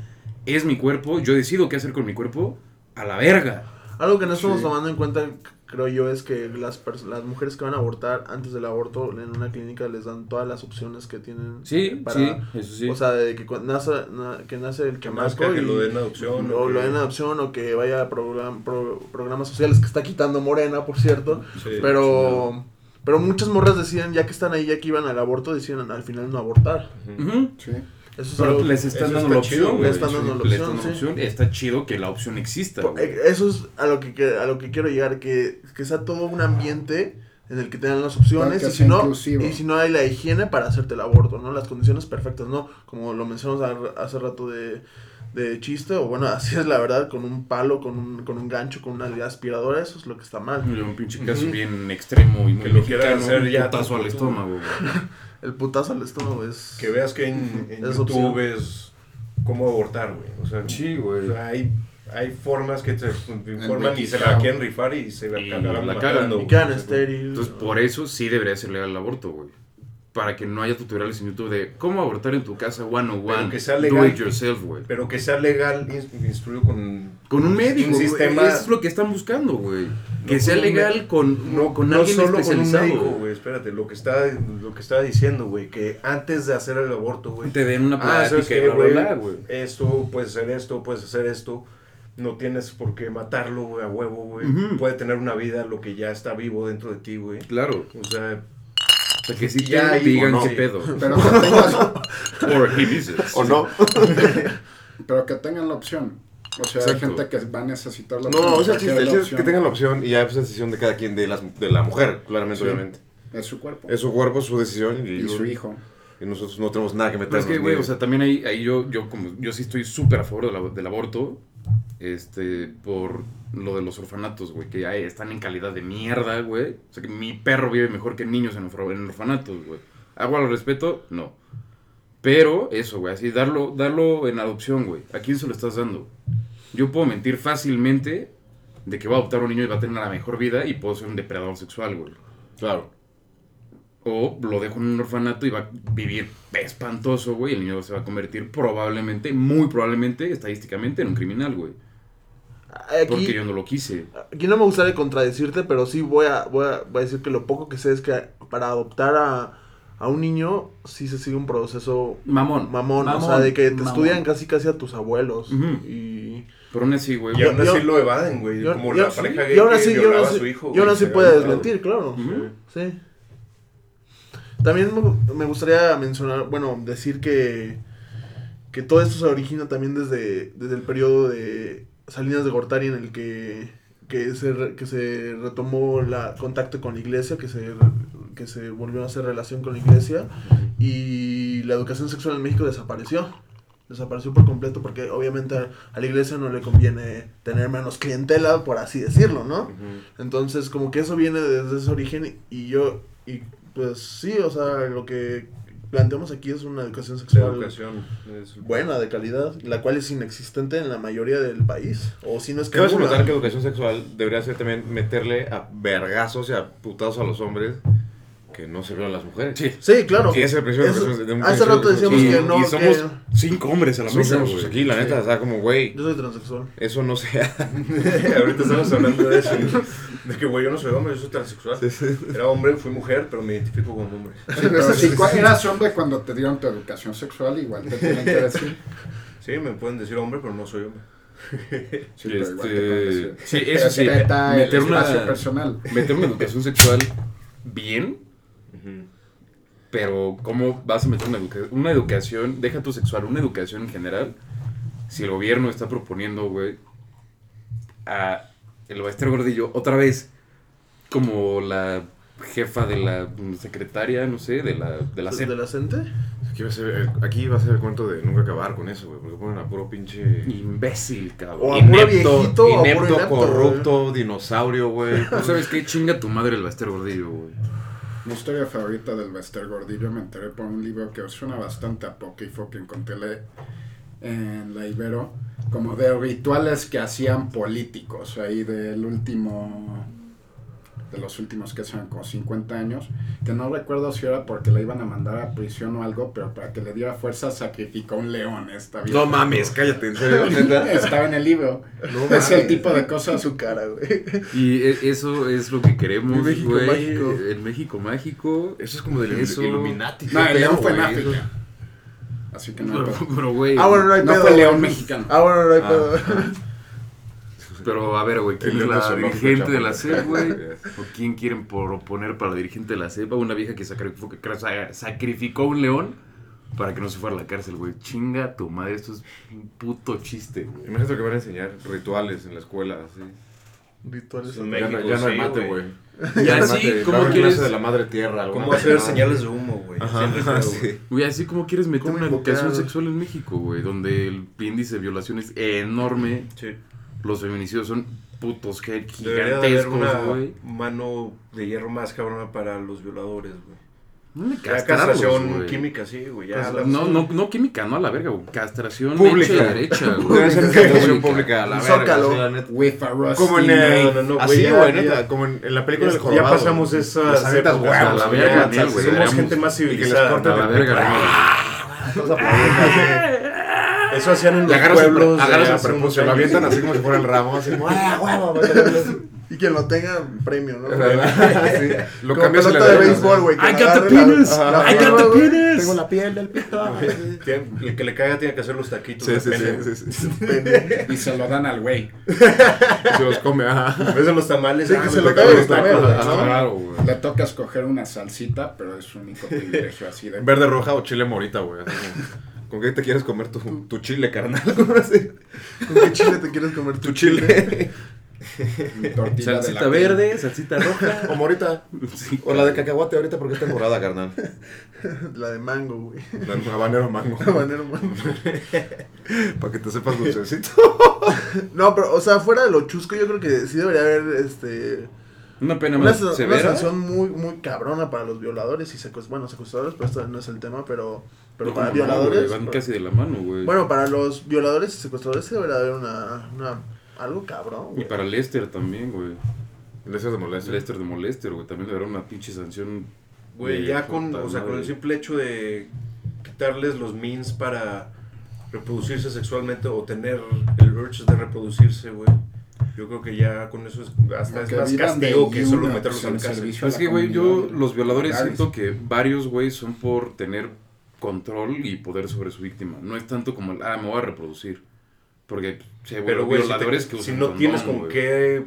Speaker 3: es mi cuerpo, yo decido qué hacer con mi cuerpo, a la verga.
Speaker 1: Algo que no estamos
Speaker 4: Sí.
Speaker 1: tomando en cuenta, c- creo yo, es que las, pers- las mujeres que van a abortar antes del aborto en una clínica les dan todas las opciones que tienen. eh,
Speaker 3: eso
Speaker 1: O sea, de que cuando nace, na- que nace el
Speaker 6: Que
Speaker 1: chamaco
Speaker 6: nazca, que
Speaker 1: y-
Speaker 6: lo den adopción,
Speaker 1: o
Speaker 6: que-
Speaker 1: lo den adopción o que vaya a program- pro- programas sociales que está quitando Morena, por cierto.
Speaker 6: Sí.
Speaker 1: pero pero muchas morras decían, ya que están ahí, ya que iban al aborto, decían al final no abortar.
Speaker 3: Ujú.
Speaker 4: Sí.
Speaker 1: Eso es
Speaker 3: Pero
Speaker 1: algo-
Speaker 3: les están
Speaker 6: eso
Speaker 3: dando
Speaker 6: está chido,
Speaker 3: la opción,
Speaker 6: güey.
Speaker 3: güey.
Speaker 1: Le están dando la
Speaker 3: Le
Speaker 1: opción,
Speaker 3: están dando la
Speaker 1: sí.
Speaker 3: opción. Está chido que la opción exista,
Speaker 1: Po-
Speaker 3: güey.
Speaker 1: eh, Eso es a lo que, que- a lo que quiero llegar, que, que sea todo un ambiente en el que tengan las opciones
Speaker 4: Que
Speaker 1: y si,
Speaker 4: sea
Speaker 1: no,
Speaker 4: inclusivo.
Speaker 1: y si no hay la higiene para hacerte el aborto, ¿no? Las condiciones perfectas, ¿no? Como lo mencionamos a- hace rato de, de chiste, o bueno, así es la verdad, con un palo, con un, con un gancho, con una aspiradora, eso es lo que está mal.
Speaker 3: Un pinche caso bien extremo y muy
Speaker 6: Que lo quieran
Speaker 3: mexicano,
Speaker 6: hacer
Speaker 3: un
Speaker 6: ya
Speaker 3: putazo al
Speaker 6: tú- tú-
Speaker 3: estómago, güey.
Speaker 1: El putazo al estómago es...
Speaker 6: Que veas que en, en
Speaker 1: Es
Speaker 6: YouTube
Speaker 1: opción.
Speaker 6: ves cómo abortar, güey. O sea,
Speaker 3: Sí, güey.
Speaker 6: o sea, hay, hay formas que te informan y se la
Speaker 4: Wikipedia.
Speaker 6: quieren rifar y se
Speaker 3: Y
Speaker 6: acaban
Speaker 3: la cagan.
Speaker 6: matando,
Speaker 1: y
Speaker 6: güey.
Speaker 1: quedan este,
Speaker 6: O sea,
Speaker 1: estéril.
Speaker 3: Entonces, por eso sí debería ser legal el aborto, güey. Para que no haya tutoriales en YouTube de cómo abortar en tu casa one on one.
Speaker 6: Pero que sea legal.
Speaker 3: Do it yourself, güey.
Speaker 6: Pero que sea legal, ins- instruido con
Speaker 3: Con un médico,
Speaker 6: Un
Speaker 3: güey.
Speaker 6: sistema-
Speaker 3: Es lo que están buscando, güey. Que
Speaker 6: No,
Speaker 3: sea
Speaker 6: con un
Speaker 3: legal
Speaker 6: me-
Speaker 3: con, con alguien especializado.
Speaker 6: con un médico, güey, espérate, lo que está lo que estaba diciendo, güey, que antes de hacer el aborto, güey,
Speaker 3: te den una
Speaker 6: ah,
Speaker 3: plática
Speaker 6: sabes
Speaker 3: y
Speaker 6: qué,
Speaker 3: bla, bla,
Speaker 6: güey,
Speaker 3: bla, güey.
Speaker 6: esto, puedes hacer esto, puedes hacer esto, no tienes por qué matarlo, güey, a huevo, güey,
Speaker 3: Ujú.
Speaker 6: puede tener una vida lo que ya está vivo dentro de ti, güey,
Speaker 3: Claro.
Speaker 6: o sea,
Speaker 3: O sea, que sí
Speaker 6: Ya
Speaker 3: te
Speaker 6: ahí-
Speaker 3: digan
Speaker 2: o no.
Speaker 3: qué pedo.
Speaker 4: Pero que tengas-
Speaker 3: Or he visits.
Speaker 2: ¿O no?
Speaker 4: pero que tengan la opción. O sea,
Speaker 3: Exacto.
Speaker 4: hay gente que va a necesitar la
Speaker 2: No, no,
Speaker 4: opción.
Speaker 2: o sea, el
Speaker 4: que
Speaker 2: chiste,
Speaker 4: quiere
Speaker 2: el
Speaker 4: la
Speaker 2: chiste es que
Speaker 4: opción.
Speaker 2: tengan la opción y ya pues, es decisión de cada quien, de, las, de la mujer, claramente,
Speaker 4: Sí.
Speaker 2: obviamente.
Speaker 4: Es su cuerpo.
Speaker 2: Es su cuerpo, su decisión y,
Speaker 4: y su hijo.
Speaker 2: Y nosotros no tenemos nada que meter.
Speaker 3: Pero es que, güey, o sea, también ahí, ahí yo, yo, como, yo sí estoy súper a favor del, ab- del aborto, este, por lo de los orfanatos, güey, que ay, están en calidad de mierda, güey. O sea, que mi perro vive mejor que niños en, orfa- en orfanatos, güey. ¿Hago al respeto? No. Pero eso, güey, así, darlo, darlo en adopción, güey. ¿A quién se lo estás dando? Yo puedo mentir fácilmente de que va a adoptar un niño y va a tener la mejor vida y puedo ser un depredador sexual, güey.
Speaker 2: Claro.
Speaker 3: O lo dejo en un orfanato y va a vivir espantoso, güey. y El niño se va a convertir probablemente, muy probablemente, estadísticamente, en un criminal, güey. Porque
Speaker 1: Aquí,
Speaker 3: yo no lo quise.
Speaker 1: aquí no me gustaría contradecirte, pero sí voy a, voy, a, voy a decir que lo poco que sé es que para adoptar a, a un niño sí se sigue un proceso
Speaker 3: Mamón.
Speaker 1: mamón, o sea,
Speaker 7: Mamón,
Speaker 1: de que te
Speaker 7: mamón.
Speaker 1: estudian casi casi a tus abuelos.
Speaker 3: Ujú.
Speaker 1: Y
Speaker 3: Pero aún así, güey. este,
Speaker 6: Y aún
Speaker 1: Yo-
Speaker 6: así
Speaker 1: yo-
Speaker 6: lo evaden, güey.
Speaker 1: yo-
Speaker 6: Como
Speaker 1: yo-
Speaker 6: la pareja gay
Speaker 1: y aún
Speaker 6: que
Speaker 1: así, y aún
Speaker 6: violaba a
Speaker 1: así-
Speaker 6: su hijo.
Speaker 1: y aún
Speaker 6: güey,
Speaker 1: así
Speaker 6: se
Speaker 1: puede
Speaker 6: había
Speaker 1: desmentir, claro.
Speaker 3: Ujú.
Speaker 1: Sí. También me- me gustaría mencionar, bueno, decir que, que todo esto se origina también desde, desde el periodo de Salinas de Gortari en el que, que, se, re- que se retomó el contacto con la iglesia, que se, que se volvió a hacer relación con la iglesia y la educación sexual en México desapareció. Desapareció por completo porque obviamente a, a la iglesia no le conviene tener menos clientela, por así decirlo, ¿no?
Speaker 6: Ujú.
Speaker 1: Entonces, como que eso viene desde ese origen y yo, y pues sí, o sea, lo que planteamos aquí es una educación
Speaker 6: La
Speaker 1: sexual
Speaker 6: educación. es-
Speaker 1: buena, de calidad, la cual es inexistente en la mayoría del país, o si no es que
Speaker 2: Cabe
Speaker 1: ninguna.
Speaker 2: notar que educación sexual debería ser también meterle a vergazos y a putazos a los hombres que no se violan a las mujeres. Sí.
Speaker 1: Sí, claro.
Speaker 2: Sí, es el principio de
Speaker 1: Eso-
Speaker 2: educación- de un
Speaker 1: hace
Speaker 2: principio
Speaker 1: rato
Speaker 2: de
Speaker 1: decíamos
Speaker 2: educación.
Speaker 1: que no,
Speaker 3: y somos
Speaker 1: que
Speaker 3: cinco hombres a la mesa,
Speaker 2: Somos
Speaker 3: güey.
Speaker 2: aquí, la neta,
Speaker 1: Sí.
Speaker 2: o sea, como, güey,
Speaker 1: yo soy transexual.
Speaker 2: eso no se hace.
Speaker 6: Ahorita estamos hablando de eso. De que, güey, yo no soy hombre, yo soy transexual. Era hombre, fui mujer, pero me identifico como hombre.
Speaker 4: Sí, pero si cua- eras hombre cuando te dieron tu educación sexual, igual te tienen que decir.
Speaker 6: Sí, me pueden decir hombre, pero no soy hombre.
Speaker 4: Sí, pero igual te
Speaker 3: Este,
Speaker 4: pueden decir.
Speaker 3: sí, eso sí,
Speaker 4: Respeta el
Speaker 3: meter una-
Speaker 4: espacio personal.
Speaker 3: Meter una educación sexual bien, pero ¿cómo vas a meter una, educa- una educación, deja tu sexual, una educación en general, si el gobierno está proponiendo, güey, a el maestro Gordillo otra vez como la jefa de la secretaria, no sé, de la, de la
Speaker 1: ¿De
Speaker 3: SEP.
Speaker 1: la gente?
Speaker 2: Aquí va, a ser, el- aquí va a ser el cuento de nunca acabar con eso, güey, porque ponen a puro pinche...
Speaker 3: Imbécil, cabrón.
Speaker 1: O a puro
Speaker 2: Inepto,
Speaker 1: viejito, o a puro
Speaker 2: inepto,
Speaker 1: inepto,
Speaker 2: corrupto, dinosaurio, güey.
Speaker 3: ¿Tú sabes qué chinga tu madre el Baster Gordillo, güey?
Speaker 4: Mi historia favorita del Bester Gordillo me enteré por un libro que suena bastante apócrifo que encontré le- en la Ibero, como de rituales que hacían políticos, ahí del último, de los últimos que sean como 50 años, que no recuerdo si era porque la iban a mandar a prisión o algo, pero para que le diera fuerza sacrificó un león esta vieja.
Speaker 2: No mames, cállate, en serio, neta.
Speaker 4: Estaba en el libro. es el tipo de cosas
Speaker 1: Su cara, güey.
Speaker 3: Y e- eso es lo que queremos,
Speaker 1: El México
Speaker 3: güey.
Speaker 1: mágico.
Speaker 3: El México mágico.
Speaker 2: Eso es como del
Speaker 3: Eso-
Speaker 2: Illuminati.
Speaker 4: No,
Speaker 2: qué
Speaker 4: el león
Speaker 2: pedo,
Speaker 4: fue en
Speaker 2: güey.
Speaker 4: África. Así que no.
Speaker 3: Pero,
Speaker 4: hay pedo.
Speaker 3: pero, güey.
Speaker 1: Ah, bueno, no hay
Speaker 4: No
Speaker 1: pedo,
Speaker 4: fue
Speaker 1: güey.
Speaker 4: león mexicano.
Speaker 1: Ah, bueno, no hay
Speaker 3: Ah.
Speaker 1: pedo.
Speaker 3: Pero a ver, güey, ¿quién
Speaker 2: El
Speaker 3: es
Speaker 2: león
Speaker 3: la
Speaker 2: zoológico,
Speaker 3: dirigente
Speaker 2: chavo.
Speaker 3: de la CEP, güey? ¿O quién quieren proponer para dirigente de la CEP? A Una vieja que sacrificó, que sa- sacrificó un león para que no se fuera a la cárcel, güey. Chinga tu madre, esto es un puto chiste, güey.
Speaker 2: Imagínate que van a enseñar rituales en la escuela, así.
Speaker 1: Rituales.
Speaker 6: Sí.
Speaker 2: Ya no,
Speaker 6: México,
Speaker 2: ya no hay
Speaker 6: sí,
Speaker 2: mate,
Speaker 6: güey.
Speaker 2: güey.
Speaker 3: Y
Speaker 2: Ya no hay
Speaker 3: así,
Speaker 2: mate,
Speaker 3: ¿cómo
Speaker 2: va a haber
Speaker 3: quieres-
Speaker 2: clase de la madre tierra. alguna
Speaker 6: ¿Cómo hacer
Speaker 2: mamada.
Speaker 6: señales de humo, güey?
Speaker 2: Ajá.
Speaker 6: Siempre creo,
Speaker 2: Sí.
Speaker 6: güey.
Speaker 3: Güey, así como quieres meter
Speaker 1: ¿Cómo
Speaker 3: una
Speaker 1: invocar?
Speaker 3: educación sexual en México, güey, donde el índice de violación es enorme,
Speaker 6: Sí.
Speaker 3: los feminicidios son putos ge-
Speaker 6: Debería de haber
Speaker 3: gigantescos,
Speaker 6: una
Speaker 3: güey.
Speaker 6: mano de hierro más cabrona para los violadores, güey.
Speaker 3: ¿Dónde
Speaker 6: Ya
Speaker 3: castrarlos,
Speaker 6: castración
Speaker 3: güey?
Speaker 6: química, sí, güey. ya
Speaker 1: Castra-
Speaker 6: las-
Speaker 3: Pues, No, no, no química, no a la verga, güey. Castración hecha
Speaker 2: Pública.
Speaker 3: y derecha,
Speaker 2: Debe
Speaker 3: güey.
Speaker 2: ser educación pública, la
Speaker 1: Zócalo.
Speaker 2: verga. sí, la neta.
Speaker 4: With a rusty
Speaker 2: Como en
Speaker 4: knife.
Speaker 2: el.
Speaker 6: no, no, no,
Speaker 2: así,
Speaker 6: güey, ya-
Speaker 2: güey,
Speaker 6: ya-
Speaker 2: neta. Como en, en la película del
Speaker 6: Ya,
Speaker 2: jorobado.
Speaker 6: pasamos esas
Speaker 2: Las aventas
Speaker 6: épocas,
Speaker 2: huevos,
Speaker 6: güey,
Speaker 3: a la verga,
Speaker 6: ya,
Speaker 3: Daniel,
Speaker 6: somos
Speaker 3: güey, éramos-
Speaker 6: gente más
Speaker 2: y que les
Speaker 6: civilizada.
Speaker 2: corten
Speaker 3: A la
Speaker 2: el
Speaker 3: verga,
Speaker 2: pito.
Speaker 6: Eso hacían en
Speaker 2: Le
Speaker 6: los
Speaker 2: agarras el
Speaker 6: pueblos.
Speaker 2: pre- agarras
Speaker 6: de
Speaker 2: el
Speaker 6: hace unos
Speaker 2: prepucio, lo
Speaker 6: años,
Speaker 2: avientan
Speaker 6: güey.
Speaker 2: así como si fuera el ramo, así como, ¡ah, huevo!
Speaker 1: Y quien lo tenga, premio, ¿no?
Speaker 2: Sí, Lo
Speaker 1: Como
Speaker 2: cambias y le
Speaker 1: pelota de
Speaker 2: das,
Speaker 1: béisbol, güey. que la
Speaker 3: I got the
Speaker 1: agarre la-
Speaker 3: penis.
Speaker 1: la
Speaker 3: I got
Speaker 1: pierna,
Speaker 3: the
Speaker 1: güey.
Speaker 3: penis.
Speaker 1: Tengo la piel del pito.
Speaker 6: Tiene- El que le caiga tiene que hacer los taquitos.
Speaker 2: Sí,
Speaker 6: de
Speaker 2: sí,
Speaker 6: pene,
Speaker 2: sí, sí, sí.
Speaker 4: Y se lo dan al güey.
Speaker 2: Y Se los come, ajá.
Speaker 6: güey. ¿Ves en los tamales?
Speaker 1: Sí,
Speaker 6: Ah,
Speaker 1: que
Speaker 6: me
Speaker 1: se lo
Speaker 6: tocan
Speaker 1: caiga
Speaker 6: los
Speaker 1: de
Speaker 6: tacos,
Speaker 1: comer,
Speaker 6: ¿no?
Speaker 3: Claro, güey.
Speaker 4: Le toca escoger una salsita, pero es un único privilegio así de.
Speaker 2: Verde, roja o chile morita, güey. así como, ¿Con qué te quieres comer tu, tu chile, carnal? ¿Cómo así?
Speaker 1: ¿Con qué chile te quieres comer
Speaker 2: Tu chile.
Speaker 4: Mi tortilla de
Speaker 3: Salsita
Speaker 4: la-
Speaker 3: verde, salsita roja.
Speaker 2: O morita.
Speaker 3: Sí,
Speaker 2: O la de cacahuate ahorita porque es temporada, carnal.
Speaker 1: La de mango, güey.
Speaker 2: La de habanero mango.
Speaker 1: Habanero mango.
Speaker 2: Para que te sepas dulcecito.
Speaker 1: No, pero, o sea, fuera de lo chusco, yo creo que sí debería haber este
Speaker 3: Una pena
Speaker 1: una,
Speaker 3: más
Speaker 1: sa- una
Speaker 3: severa.
Speaker 1: sanción muy, muy cabrona para los violadores y secus- bueno, secuestradores, pero esto no es el tema, pero, pero
Speaker 3: No,
Speaker 1: para
Speaker 3: no,
Speaker 1: violadores.
Speaker 3: güey, van
Speaker 1: para-
Speaker 3: casi de la mano, güey.
Speaker 1: Bueno, para los violadores y secuestradores sí debería haber una, una algo cabrón,
Speaker 3: y
Speaker 1: güey.
Speaker 3: para Lester también, güey.
Speaker 2: Lester de molestia.
Speaker 3: Lester de Molester, güey. También le habrá una pinche sanción.
Speaker 6: Güey,
Speaker 3: de
Speaker 6: ya con,
Speaker 3: puta
Speaker 6: o sea, con el
Speaker 3: madre.
Speaker 6: simple hecho de quitarles los means para reproducirse sexualmente o tener el urge de reproducirse, güey. Yo creo que ya con eso es, hasta es
Speaker 4: Que
Speaker 6: más
Speaker 4: vivan
Speaker 6: castigo
Speaker 4: de
Speaker 6: que solo
Speaker 4: una,
Speaker 6: meterlos
Speaker 4: pues,
Speaker 6: al
Speaker 4: el
Speaker 6: cárcel.
Speaker 4: servicio a
Speaker 3: Es
Speaker 4: la
Speaker 3: que, güey, yo,
Speaker 4: comunidad.
Speaker 3: los violadores
Speaker 4: Graves.
Speaker 3: siento que varios, güey, son por tener control y poder sobre su víctima. No es tanto como el, ah, me voy a reproducir. Porque sí, hay
Speaker 6: Pero, güey, si, te-
Speaker 3: violadores que
Speaker 6: si
Speaker 3: usan
Speaker 6: no tienes
Speaker 3: condón,
Speaker 6: con
Speaker 3: güey.
Speaker 6: qué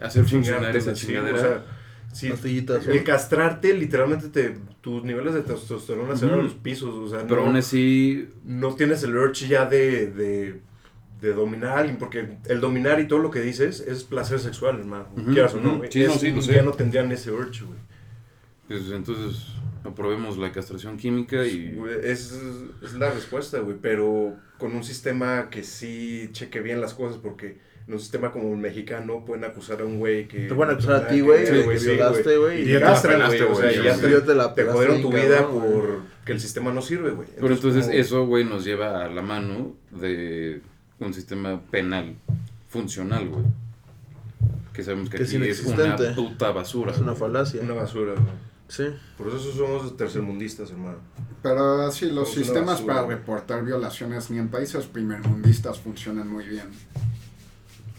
Speaker 3: hacer funcionar
Speaker 6: chingarte,
Speaker 3: esa
Speaker 6: sí, o
Speaker 3: chingadera.
Speaker 6: sea, sí,
Speaker 1: Pastillitas,
Speaker 6: el castrarte literalmente te, tus niveles de testosterona se van a
Speaker 3: Ujú.
Speaker 6: los pisos, o sea,
Speaker 3: pero
Speaker 6: no-
Speaker 3: aún así,
Speaker 6: no tienes el urge ya de, de, de dominar a alguien, porque el dominar y todo lo que dices es placer sexual, hermano.
Speaker 3: Ujú,
Speaker 6: quieras o no,
Speaker 3: ujú.
Speaker 6: güey.
Speaker 3: Sí, no,
Speaker 6: Es-
Speaker 3: sí, lo sé.
Speaker 6: Ya no tendrían ese urge, güey.
Speaker 3: pues, entonces aprobemos la castración química y...
Speaker 6: Güey, Es, es la respuesta, güey, pero con un sistema que sí cheque bien las cosas, porque en un sistema como el mexicano pueden acusar a un güey que...
Speaker 1: Te pueden
Speaker 6: no
Speaker 1: acusar a
Speaker 6: tiene
Speaker 1: ti,
Speaker 6: nada
Speaker 1: güey,
Speaker 6: que
Speaker 1: de
Speaker 6: ver,
Speaker 1: que
Speaker 6: sí,
Speaker 1: violaste, güey,
Speaker 6: Y
Speaker 1: y
Speaker 6: te
Speaker 1: ya
Speaker 6: castran,
Speaker 2: te
Speaker 6: güey, o sea,
Speaker 2: pelaste,
Speaker 6: ya
Speaker 2: güey.
Speaker 6: te,
Speaker 1: Yo te la
Speaker 6: te
Speaker 1: pelaste
Speaker 6: jodieron
Speaker 1: bien
Speaker 6: tu vida
Speaker 1: cabrón, güey.
Speaker 6: por que el sistema no sirve, güey.
Speaker 3: Pero entonces
Speaker 6: ¿cómo?
Speaker 3: eso, güey, nos lleva a la mano de un sistema penal funcional, güey. Que sabemos que,
Speaker 1: Que es
Speaker 3: aquí es una
Speaker 1: inexistente.
Speaker 3: puta basura.
Speaker 1: Es una
Speaker 3: güey.
Speaker 1: falacia.
Speaker 6: Una basura, güey.
Speaker 1: Sí.
Speaker 6: Por eso somos tercermundistas, hermano.
Speaker 4: Pero sí, los
Speaker 6: Es una
Speaker 4: sistemas
Speaker 6: basura,
Speaker 4: para
Speaker 6: güey.
Speaker 4: reportar violaciones ni en países primermundistas funcionan muy bien.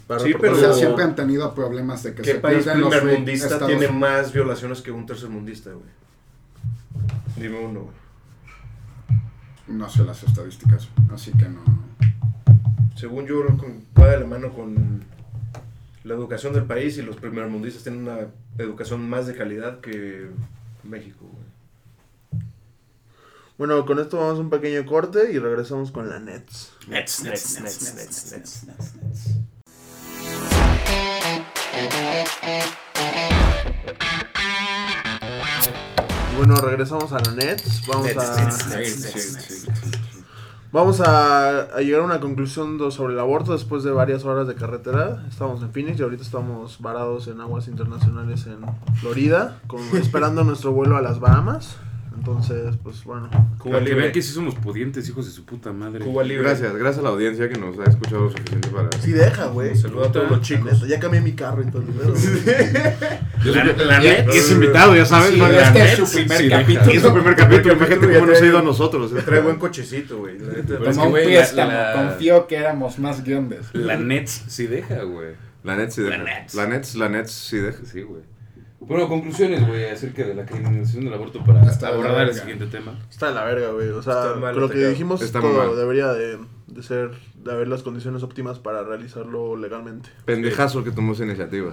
Speaker 1: Para
Speaker 6: Sí,
Speaker 1: reportar-
Speaker 4: o
Speaker 6: Pero-
Speaker 4: sea, siempre han tenido problemas de que
Speaker 6: ¿Qué
Speaker 4: se
Speaker 6: país
Speaker 4: pierden los
Speaker 6: primermundista
Speaker 4: estados-
Speaker 6: tiene más violaciones que un tercermundista, güey? Dime uno, güey.
Speaker 4: No sé las estadísticas, así que no.
Speaker 6: Según yo, con- va de la mano con la educación del país y los primermundistas tienen una educación más de calidad que México, güey.
Speaker 1: Bueno, con esto vamos a un pequeño corte y regresamos con la Nets. Bueno, regresamos a la Nets. Vamos a. Vamos a, a llegar a una conclusión do- sobre el aborto después de varias horas de carretera. Estamos en Phoenix y ahorita estamos varados en aguas internacionales en Florida, con- esperando nuestro vuelo a las Bahamas. Entonces, pues bueno,
Speaker 6: Cuba
Speaker 3: Para que vean
Speaker 6: libre.
Speaker 3: que sí somos pudientes, hijos de su puta madre.
Speaker 6: Cuba libre.
Speaker 2: Gracias, gracias a la audiencia que nos ha escuchado lo suficiente para.
Speaker 1: sí deja, Ah, güey.
Speaker 6: Saluda a todos los chicos.
Speaker 1: Ya cambié mi carro y todo el pedo, güey.
Speaker 3: La, la net es invitado, ya sabes.
Speaker 4: Sí,
Speaker 3: ¿no?
Speaker 4: este
Speaker 3: La
Speaker 4: es
Speaker 3: net,
Speaker 4: su primer
Speaker 3: sí, la-
Speaker 4: capítulo.
Speaker 3: es su primer capítulo. Imagínate
Speaker 6: Ya
Speaker 3: cómo nos ha
Speaker 6: trae-
Speaker 3: ido a nosotros.
Speaker 2: eh.
Speaker 6: Ya Trae buen cochecito, güey. la neta.
Speaker 3: Pero es
Speaker 4: Como
Speaker 3: que,
Speaker 4: un
Speaker 3: güey, la-
Speaker 4: préstamo,
Speaker 3: la-
Speaker 4: confío que éramos más grandes.
Speaker 3: La net sí deja, güey.
Speaker 2: La Nets sí deja.
Speaker 3: La Nets.
Speaker 2: La Nets, la Nets sí deja.
Speaker 3: Sí, güey. Bueno, conclusiones, güey, acerca de la criminalización del aborto para
Speaker 4: Hasta la
Speaker 3: abordar el
Speaker 4: verga.
Speaker 3: siguiente tema.
Speaker 1: Está de la verga, güey. O
Speaker 6: Está
Speaker 1: sea,
Speaker 6: mal
Speaker 1: lo que
Speaker 6: atacado.
Speaker 1: dijimos
Speaker 2: Está muy
Speaker 1: todo
Speaker 2: mal.
Speaker 1: debería de, de ser, de haber las condiciones óptimas para realizarlo legalmente.
Speaker 2: Pendejazo que tomó esa iniciativa.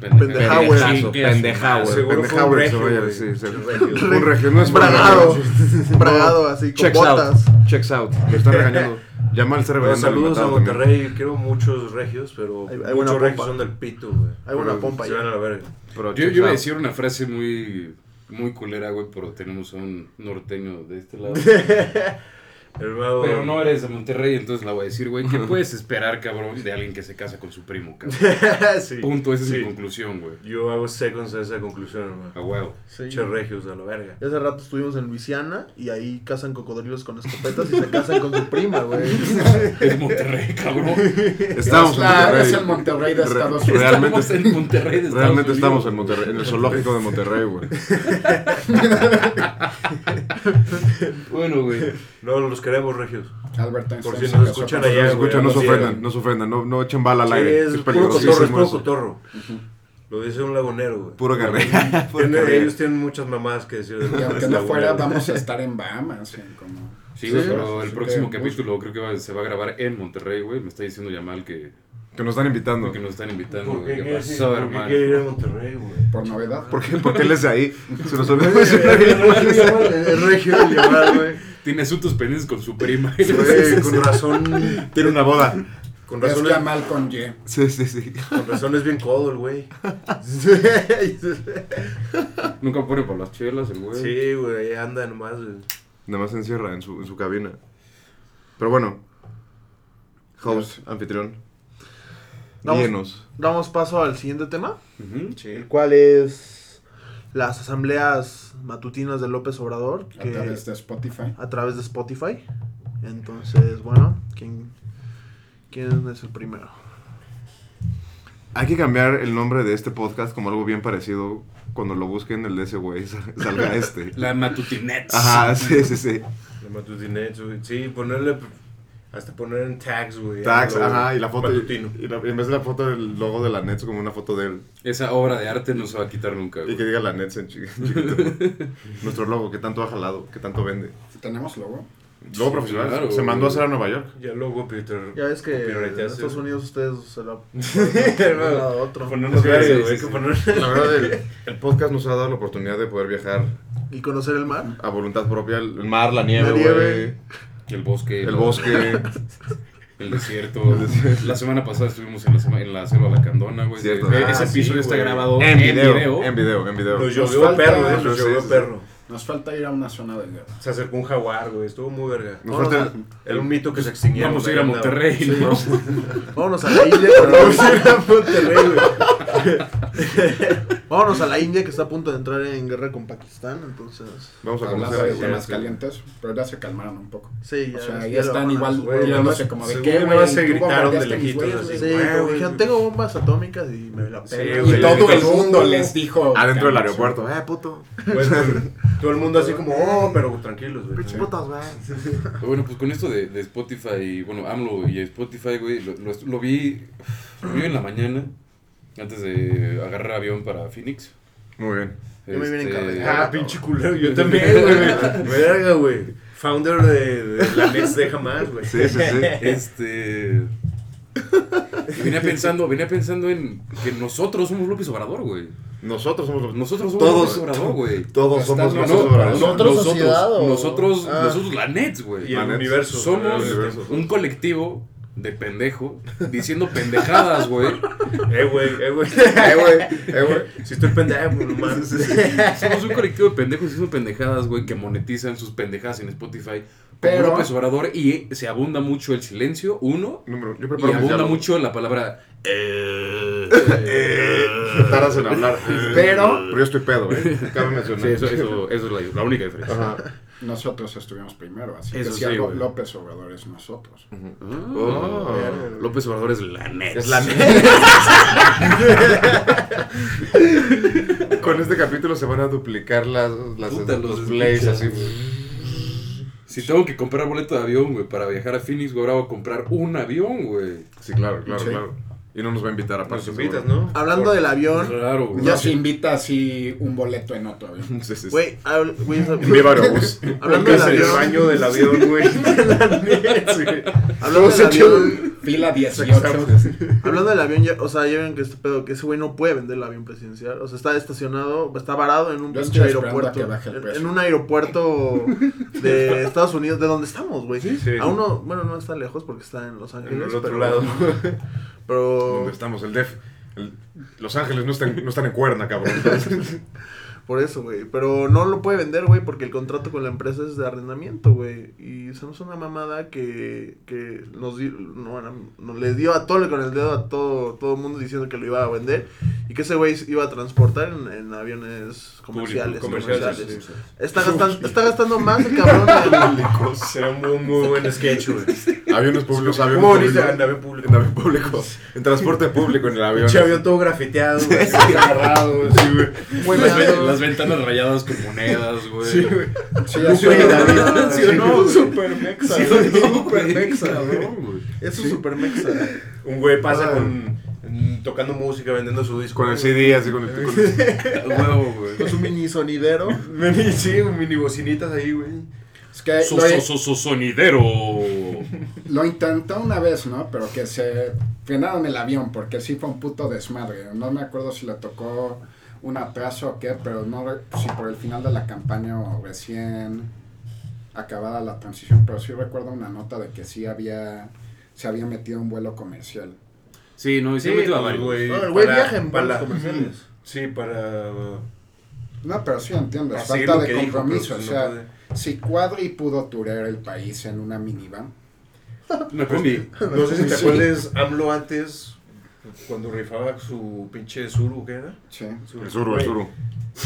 Speaker 1: Pendeja, güey.
Speaker 2: Pendejazo, pendeja, güey.
Speaker 6: Seguro
Speaker 2: Pendeja,
Speaker 6: fue un
Speaker 2: güey. se
Speaker 6: regio,
Speaker 2: vaya,
Speaker 6: güey.
Speaker 2: sí, se-
Speaker 6: Un regio.
Speaker 2: Un regio, no es
Speaker 1: Bragado.
Speaker 2: bragado.
Speaker 1: Bragado, así, con
Speaker 2: Checks out.
Speaker 1: botas.
Speaker 2: Checks out. Me están regañando. Yamal está
Speaker 6: Pero
Speaker 2: regañando.
Speaker 6: saludos a
Speaker 2: matado también.
Speaker 6: Monterrey. Quiero muchos regios, pero
Speaker 1: Hay- hay buena
Speaker 6: muchos regios
Speaker 1: pompa.
Speaker 6: son del pito, güey.
Speaker 1: Hay una
Speaker 2: Pero
Speaker 1: pompa
Speaker 6: Se van a
Speaker 1: ya.
Speaker 6: la verga.
Speaker 2: Pero
Speaker 3: Yo,
Speaker 2: checks
Speaker 3: yo iba a
Speaker 2: out.
Speaker 3: decir una frase muy, muy culera, güey, pero tenemos a un norteño de este lado.
Speaker 6: Hermano,
Speaker 3: Pero no eres de Monterrey, entonces la voy a decir, güey. ¿Qué puedes esperar, cabrón, de alguien que se casa con su primo, cabrón?
Speaker 6: Sí,
Speaker 3: Punto, esa es
Speaker 6: sí.
Speaker 3: mi conclusión, güey.
Speaker 6: Yo hago seconds a esa conclusión, hermano.
Speaker 3: A huevo.
Speaker 1: Sí.
Speaker 6: Che regios a la verga.
Speaker 1: Hace rato estuvimos en Luisiana y ahí cazan cocodrilos con escopetas y se casan con su prima, güey.
Speaker 3: Es Monterrey, cabrón.
Speaker 2: Estamos en
Speaker 4: Está-
Speaker 2: Monterrey.
Speaker 4: es el Monterrey de
Speaker 2: Re-
Speaker 4: Estados Unidos.
Speaker 3: estamos
Speaker 2: Realmente,
Speaker 3: en Monterrey. de Estados
Speaker 2: realmente
Speaker 3: Unidos.
Speaker 2: estamos en Monterrey, en el zoológico de Monterrey, güey.
Speaker 3: Bueno, güey.
Speaker 6: No, los queremos regios.
Speaker 4: Albert Einstein.
Speaker 6: Por si
Speaker 4: se
Speaker 6: nos
Speaker 4: casó
Speaker 6: escuchan
Speaker 4: con-
Speaker 6: allá,
Speaker 2: No se escuchan, no se
Speaker 6: güey,
Speaker 2: ofendan, no se ofendan, no, no echen bala al
Speaker 6: Sí,
Speaker 2: aire.
Speaker 6: es,
Speaker 2: Es
Speaker 6: puro cotorro, es puro
Speaker 2: peligrosísimo. eso.
Speaker 6: cotorro. Puro decía un lagunero, güey.
Speaker 2: Puro carrera.
Speaker 6: Tiene- ellos tienen muchas mamadas que decir. de los
Speaker 4: Y aunque no
Speaker 6: laguneros.
Speaker 4: fuera, vamos a estar en Bahamas. en como-
Speaker 3: Sí, güey,
Speaker 1: Sí,
Speaker 3: pero el
Speaker 4: sí,
Speaker 3: próximo
Speaker 4: que-
Speaker 3: capítulo creo que va- se va a grabar en Monterrey, güey. Me está diciendo Yamal que,
Speaker 2: Que nos están invitando.
Speaker 3: que nos están invitando.
Speaker 6: ¿Por
Speaker 3: güey.
Speaker 6: qué
Speaker 3: ¿Qué
Speaker 6: quiere decir-
Speaker 3: pasó,
Speaker 6: por qué
Speaker 3: hermano?
Speaker 6: quiere ir a Monterrey, güey?
Speaker 4: Por novedad.
Speaker 2: ¿Por qué? ¿Por qué él es de ahí? Se nos olvidó mencionar que él es de ahí.
Speaker 1: El regio el llevar, güey.
Speaker 3: Tiene asuntos pendientes con su prima.
Speaker 6: Güey, Con razón.
Speaker 2: Tiene una boda.
Speaker 6: Con
Speaker 4: Es
Speaker 6: razón es,
Speaker 4: mal con Y.
Speaker 7: Sí, sí, sí.
Speaker 6: con razón es bien codo el güey.
Speaker 3: Nunca pone por las chelas el güey.
Speaker 6: Sí, güey, ahí anda nomás. güey.
Speaker 2: Nada más se encierra en su, en su cabina. Pero bueno. House, anfitrión.
Speaker 1: Vamos.
Speaker 2: Díganos.
Speaker 1: Damos paso al siguiente tema,
Speaker 3: Ujú.
Speaker 1: el cual es las asambleas matutinas de López Obrador,
Speaker 4: A
Speaker 1: que
Speaker 4: través de Spotify.
Speaker 1: a través de Spotify. Entonces, bueno, ¿quién, quién es el primero?
Speaker 2: Hay que cambiar el nombre de este podcast como algo bien parecido. Cuando lo busquen, el de ese güey sal- salga este.
Speaker 3: La matutinets.
Speaker 2: Ajá, sí, sí, sí.
Speaker 6: La matutinets, güey. Sí, ponerle. Hasta poner en tags, güey.
Speaker 2: Tax,
Speaker 6: Algo
Speaker 2: ajá, y la foto.
Speaker 6: Matutino.
Speaker 2: Y la- en vez de la foto del logo de la Nets, como una foto de él.
Speaker 3: Esa obra de arte no se va a quitar nunca,
Speaker 2: Y
Speaker 3: güey.
Speaker 2: que diga la Nets en chi- chiquito. Nuestro logo, que tanto ha jalado, que tanto vende.
Speaker 4: ¿Tenemos logo?
Speaker 2: Logo profesional.
Speaker 3: claro,
Speaker 2: se mandó a
Speaker 3: güey.
Speaker 2: hacer a Nueva York.
Speaker 6: Ya luego, Peter.
Speaker 1: Ya ves que en
Speaker 6: Copyrighteaste,
Speaker 1: Estados
Speaker 6: güey.
Speaker 1: Unidos ustedes se la
Speaker 6: Hermano,
Speaker 1: a otro.
Speaker 6: Ponernos
Speaker 3: Sí,
Speaker 6: verga,
Speaker 3: sí,
Speaker 6: güey. hay
Speaker 3: sí,
Speaker 6: que
Speaker 3: sí.
Speaker 6: poner-
Speaker 2: La verdad, el, el podcast nos ha dado la oportunidad de poder viajar
Speaker 1: y conocer el mar.
Speaker 2: a voluntad propia. El mar, la nieve,
Speaker 1: La nieve.
Speaker 2: güey,
Speaker 3: El bosque.
Speaker 2: El
Speaker 3: la-
Speaker 2: bosque.
Speaker 3: El desierto. La semana pasada estuvimos en la, sema- en la selva lacandona, güey.
Speaker 2: Cierto.
Speaker 3: Ve,
Speaker 2: Ah,
Speaker 3: ese
Speaker 6: sí,
Speaker 3: episodio está
Speaker 6: güey.
Speaker 3: grabado en, video.
Speaker 2: En video, en video.
Speaker 6: Nos
Speaker 4: Nos
Speaker 6: llovió
Speaker 4: falta-
Speaker 6: perro, eh.
Speaker 2: nos
Speaker 6: Nos llovió
Speaker 2: es-
Speaker 6: perro.
Speaker 4: Nos falta ir a una zona de guerra.
Speaker 6: Se acercó un jaguar, güey. Estuvo muy verga.
Speaker 2: Nos
Speaker 1: No,
Speaker 2: falta-
Speaker 1: no,
Speaker 6: Era un mito que se extinguieron.
Speaker 3: Vamos a ir a
Speaker 6: güey,
Speaker 3: Monterrey, ¿no?
Speaker 1: Vámonos a la India. pero-
Speaker 6: Vamos a ir a Monterrey, güey.
Speaker 1: Vámonos a la India que está a punto de entrar en guerra con Pakistán. Entonces,
Speaker 2: Vamos a
Speaker 4: Hablas
Speaker 2: conocer
Speaker 4: de
Speaker 2: güey.
Speaker 4: temas
Speaker 2: Sí.
Speaker 4: calientes, pero ya se calmaron un poco.
Speaker 1: sí, ya,
Speaker 4: O sea,
Speaker 1: ves que
Speaker 4: ya
Speaker 1: lo
Speaker 4: están
Speaker 1: bajan a
Speaker 4: igual
Speaker 1: los güeyes.
Speaker 6: güey,
Speaker 4: burlándose como de
Speaker 6: según
Speaker 4: qué,
Speaker 6: yo,
Speaker 4: güey.
Speaker 6: nomás se
Speaker 4: Tú
Speaker 6: gritaron de
Speaker 4: bombardeaste a mis
Speaker 6: lejitos,
Speaker 4: güeyes,
Speaker 6: así.
Speaker 4: güey.
Speaker 1: Sí,
Speaker 6: Güey,
Speaker 1: como
Speaker 6: güey.
Speaker 1: dijeron, tengo bombas atómicas y me la
Speaker 6: Sí,
Speaker 1: pela.
Speaker 6: güey.
Speaker 4: Y todo el
Speaker 6: Adentro del
Speaker 4: mundo les dijo.
Speaker 2: Adentro del
Speaker 4: "Calma".
Speaker 2: aeropuerto. Eh, puto.
Speaker 6: Güey, Pues, todo el mundo así como, oh, pero tranquilos, güey. Ah,
Speaker 1: Pinches putas, güey.
Speaker 3: Pero bueno, pues con esto de, de Spotify, y, bueno, AMLO y Spotify, güey, lo, lo est- lo vi, lo vi en la mañana, antes de agarrar avión para Phoenix.
Speaker 2: pues,
Speaker 3: Este,
Speaker 2: Muy bien.
Speaker 1: Yo me vine en carretera.
Speaker 6: Ah, pinche culero, yo también, güey. Verga, güey. Founder de, de la Nets de jamás, güey.
Speaker 2: Sí, sí, sí.
Speaker 3: Este... y Venía pensando, venía pensando en que nosotros somos López Obrador, güey.
Speaker 2: Nosotros somos los.
Speaker 3: Nosotros somos
Speaker 2: Todos.
Speaker 3: López Obrador, güey.
Speaker 2: Todos somos
Speaker 3: No,
Speaker 2: los
Speaker 3: no,
Speaker 2: Obrador.
Speaker 3: no,
Speaker 7: ¿Nosotros
Speaker 3: nosotros,
Speaker 7: sociedad o-
Speaker 3: nosotros,
Speaker 7: Ah.
Speaker 3: nosotros la Nets,
Speaker 6: Y
Speaker 3: güey.
Speaker 6: el
Speaker 2: Planets.
Speaker 6: universo.
Speaker 3: Somos
Speaker 6: güey, el universo.
Speaker 3: un colectivo de pendejos diciendo pendejadas, güey.
Speaker 6: Eh, güey, eh, güey.
Speaker 2: Eh, güey. Eh, güey.
Speaker 6: Si estoy pendejo, no mames.
Speaker 3: Somos un colectivo de pendejos haciendo pendejadas, güey, que monetizan sus pendejadas en Spotify. Pero
Speaker 4: Pero-
Speaker 3: López Obrador y se abunda mucho el silencio, uno,
Speaker 2: Número- Yo
Speaker 3: y
Speaker 2: preparo mi
Speaker 3: abunda
Speaker 2: diálogo.
Speaker 3: mucho la palabra.
Speaker 2: Eh, tardas en hablar.
Speaker 4: Pero-
Speaker 2: Pero yo estoy pedo, ¿eh? Cabe mencionar.
Speaker 3: Sí, eso, eso- eso es la, la única diferencia.
Speaker 2: Ajá.
Speaker 4: Nosotros estuvimos primero, así
Speaker 3: Eso
Speaker 4: que
Speaker 3: sí,
Speaker 4: si algo
Speaker 3: güey.
Speaker 4: López Obrador es nosotros.
Speaker 2: Oh.
Speaker 3: López Obrador es la net.
Speaker 2: Es la neta. Con este capítulo se van a duplicar las, las
Speaker 3: Puta,
Speaker 2: los,
Speaker 3: los
Speaker 2: plays
Speaker 3: escuchas.
Speaker 2: así.
Speaker 3: Si tengo que comprar boleto de avión, güey, para viajar a Phoenix, güey, ahora voy a comprar un avión, güey.
Speaker 2: Sí, claro, claro,
Speaker 4: Sí.
Speaker 2: claro. Y no nos va a invitar
Speaker 6: Nos
Speaker 2: aparte.
Speaker 6: invitas,
Speaker 2: seguro.
Speaker 6: ¿no?
Speaker 1: Hablando del avión,
Speaker 3: Claro, güey.
Speaker 4: Ya se invita así un boleto en otro avión.
Speaker 2: Sí, sí, sí.
Speaker 1: güey, habl- güey, o sea,
Speaker 2: En viva Aerobús.
Speaker 1: hablando del
Speaker 6: Es el
Speaker 1: avión,
Speaker 6: baño del avión, güey.
Speaker 1: hablando del avión,
Speaker 4: Fila 18.
Speaker 1: Hablando del avión, ya, o sea, ya ven que este pedo, que ese güey no puede vender el avión presidencial. O sea, está estacionado, está varado en un
Speaker 4: Yo
Speaker 1: pinche
Speaker 4: estoy esperando
Speaker 1: aeropuerto.
Speaker 4: a que baje el
Speaker 1: En,
Speaker 4: precio.
Speaker 1: en un aeropuerto de Estados Unidos, de donde estamos, güey.
Speaker 6: sí.
Speaker 1: A uno, bueno, no está lejos porque está en Los Ángeles.
Speaker 6: En el
Speaker 1: pero,
Speaker 6: otro lado.
Speaker 1: Pero
Speaker 2: ¿Dónde estamos? El DEF. El- Los Ángeles no están, no están en cuerna, cabrón.
Speaker 1: por eso, güey. Pero no lo puede vender, güey, porque el contrato con la empresa es de arrendamiento, güey. Y se nos hizo una mamada que, que nos, di- no, bueno, nos le dio a tole con el dedo a todo todo el mundo diciendo que lo iba a vender y que ese güey iba a transportar en, en aviones comerciales.
Speaker 6: Comerciales.
Speaker 1: comerciales. Está gastando, está gastando más el cabrón. en-
Speaker 6: Será un muy, muy buen sketch, güey.
Speaker 2: Aviones públicos, aviones
Speaker 6: ¿Cómo veniste
Speaker 2: públicos.
Speaker 6: en avión público?
Speaker 2: En avión público. En transporte público, en el avión.
Speaker 6: Pinche avión todo grafiteado, güey. agarrado, güey, sí, güey.
Speaker 1: Güey,
Speaker 3: Las, ve-
Speaker 1: pero-
Speaker 3: las ventanas rayadas con monedas, güey. Sí, güey.
Speaker 4: Sí, ya estoy en avión.
Speaker 3: Sí, no,
Speaker 6: super mexa.
Speaker 3: güey, cabrón, güey.
Speaker 1: Eso es super mexa.
Speaker 6: Un güey pasa
Speaker 2: Ah.
Speaker 6: con mm, tocando música, vendiendo su disco.
Speaker 2: Con el CD, así con el. Con el
Speaker 3: A huevo, güey.
Speaker 1: Es un mini sonidero.
Speaker 6: Mini- Sí, un mini bocinitas ahí, güey.
Speaker 4: Es que
Speaker 3: So,
Speaker 4: lo,
Speaker 3: so, so, so- sonidero.
Speaker 4: lo intentó una vez, ¿no? Pero que se frenaron el avión porque sí fue un puto desmadre. No me acuerdo si le tocó un atraso o qué, pero no re- si por el final de la campaña o recién acabada la transición, pero sí recuerdo una nota de que sí había se había metido a un vuelo comercial.
Speaker 3: Sí, no, y se
Speaker 6: Sí,
Speaker 3: ha metido a
Speaker 6: pues,
Speaker 3: varios.
Speaker 6: güey.
Speaker 1: No, el güey
Speaker 6: para-
Speaker 1: viaja en
Speaker 6: para-
Speaker 1: vuelos comerciales.
Speaker 6: Sí, para.
Speaker 4: No, pero sí entiendo, es
Speaker 6: para seguir
Speaker 4: falta
Speaker 6: Ah, lo
Speaker 4: de
Speaker 6: que dijo,
Speaker 4: compromiso.
Speaker 6: pero, pues,
Speaker 4: o sea,
Speaker 6: no puede.
Speaker 4: si Cuadri pudo turear el país en una minivan,
Speaker 3: No, pues, ni-
Speaker 6: No sé si te
Speaker 4: Sí.
Speaker 6: acuerdas, AMLO antes, cuando rifaba su pinche suru, ¿qué era?
Speaker 4: sí.
Speaker 2: El suru, el suru.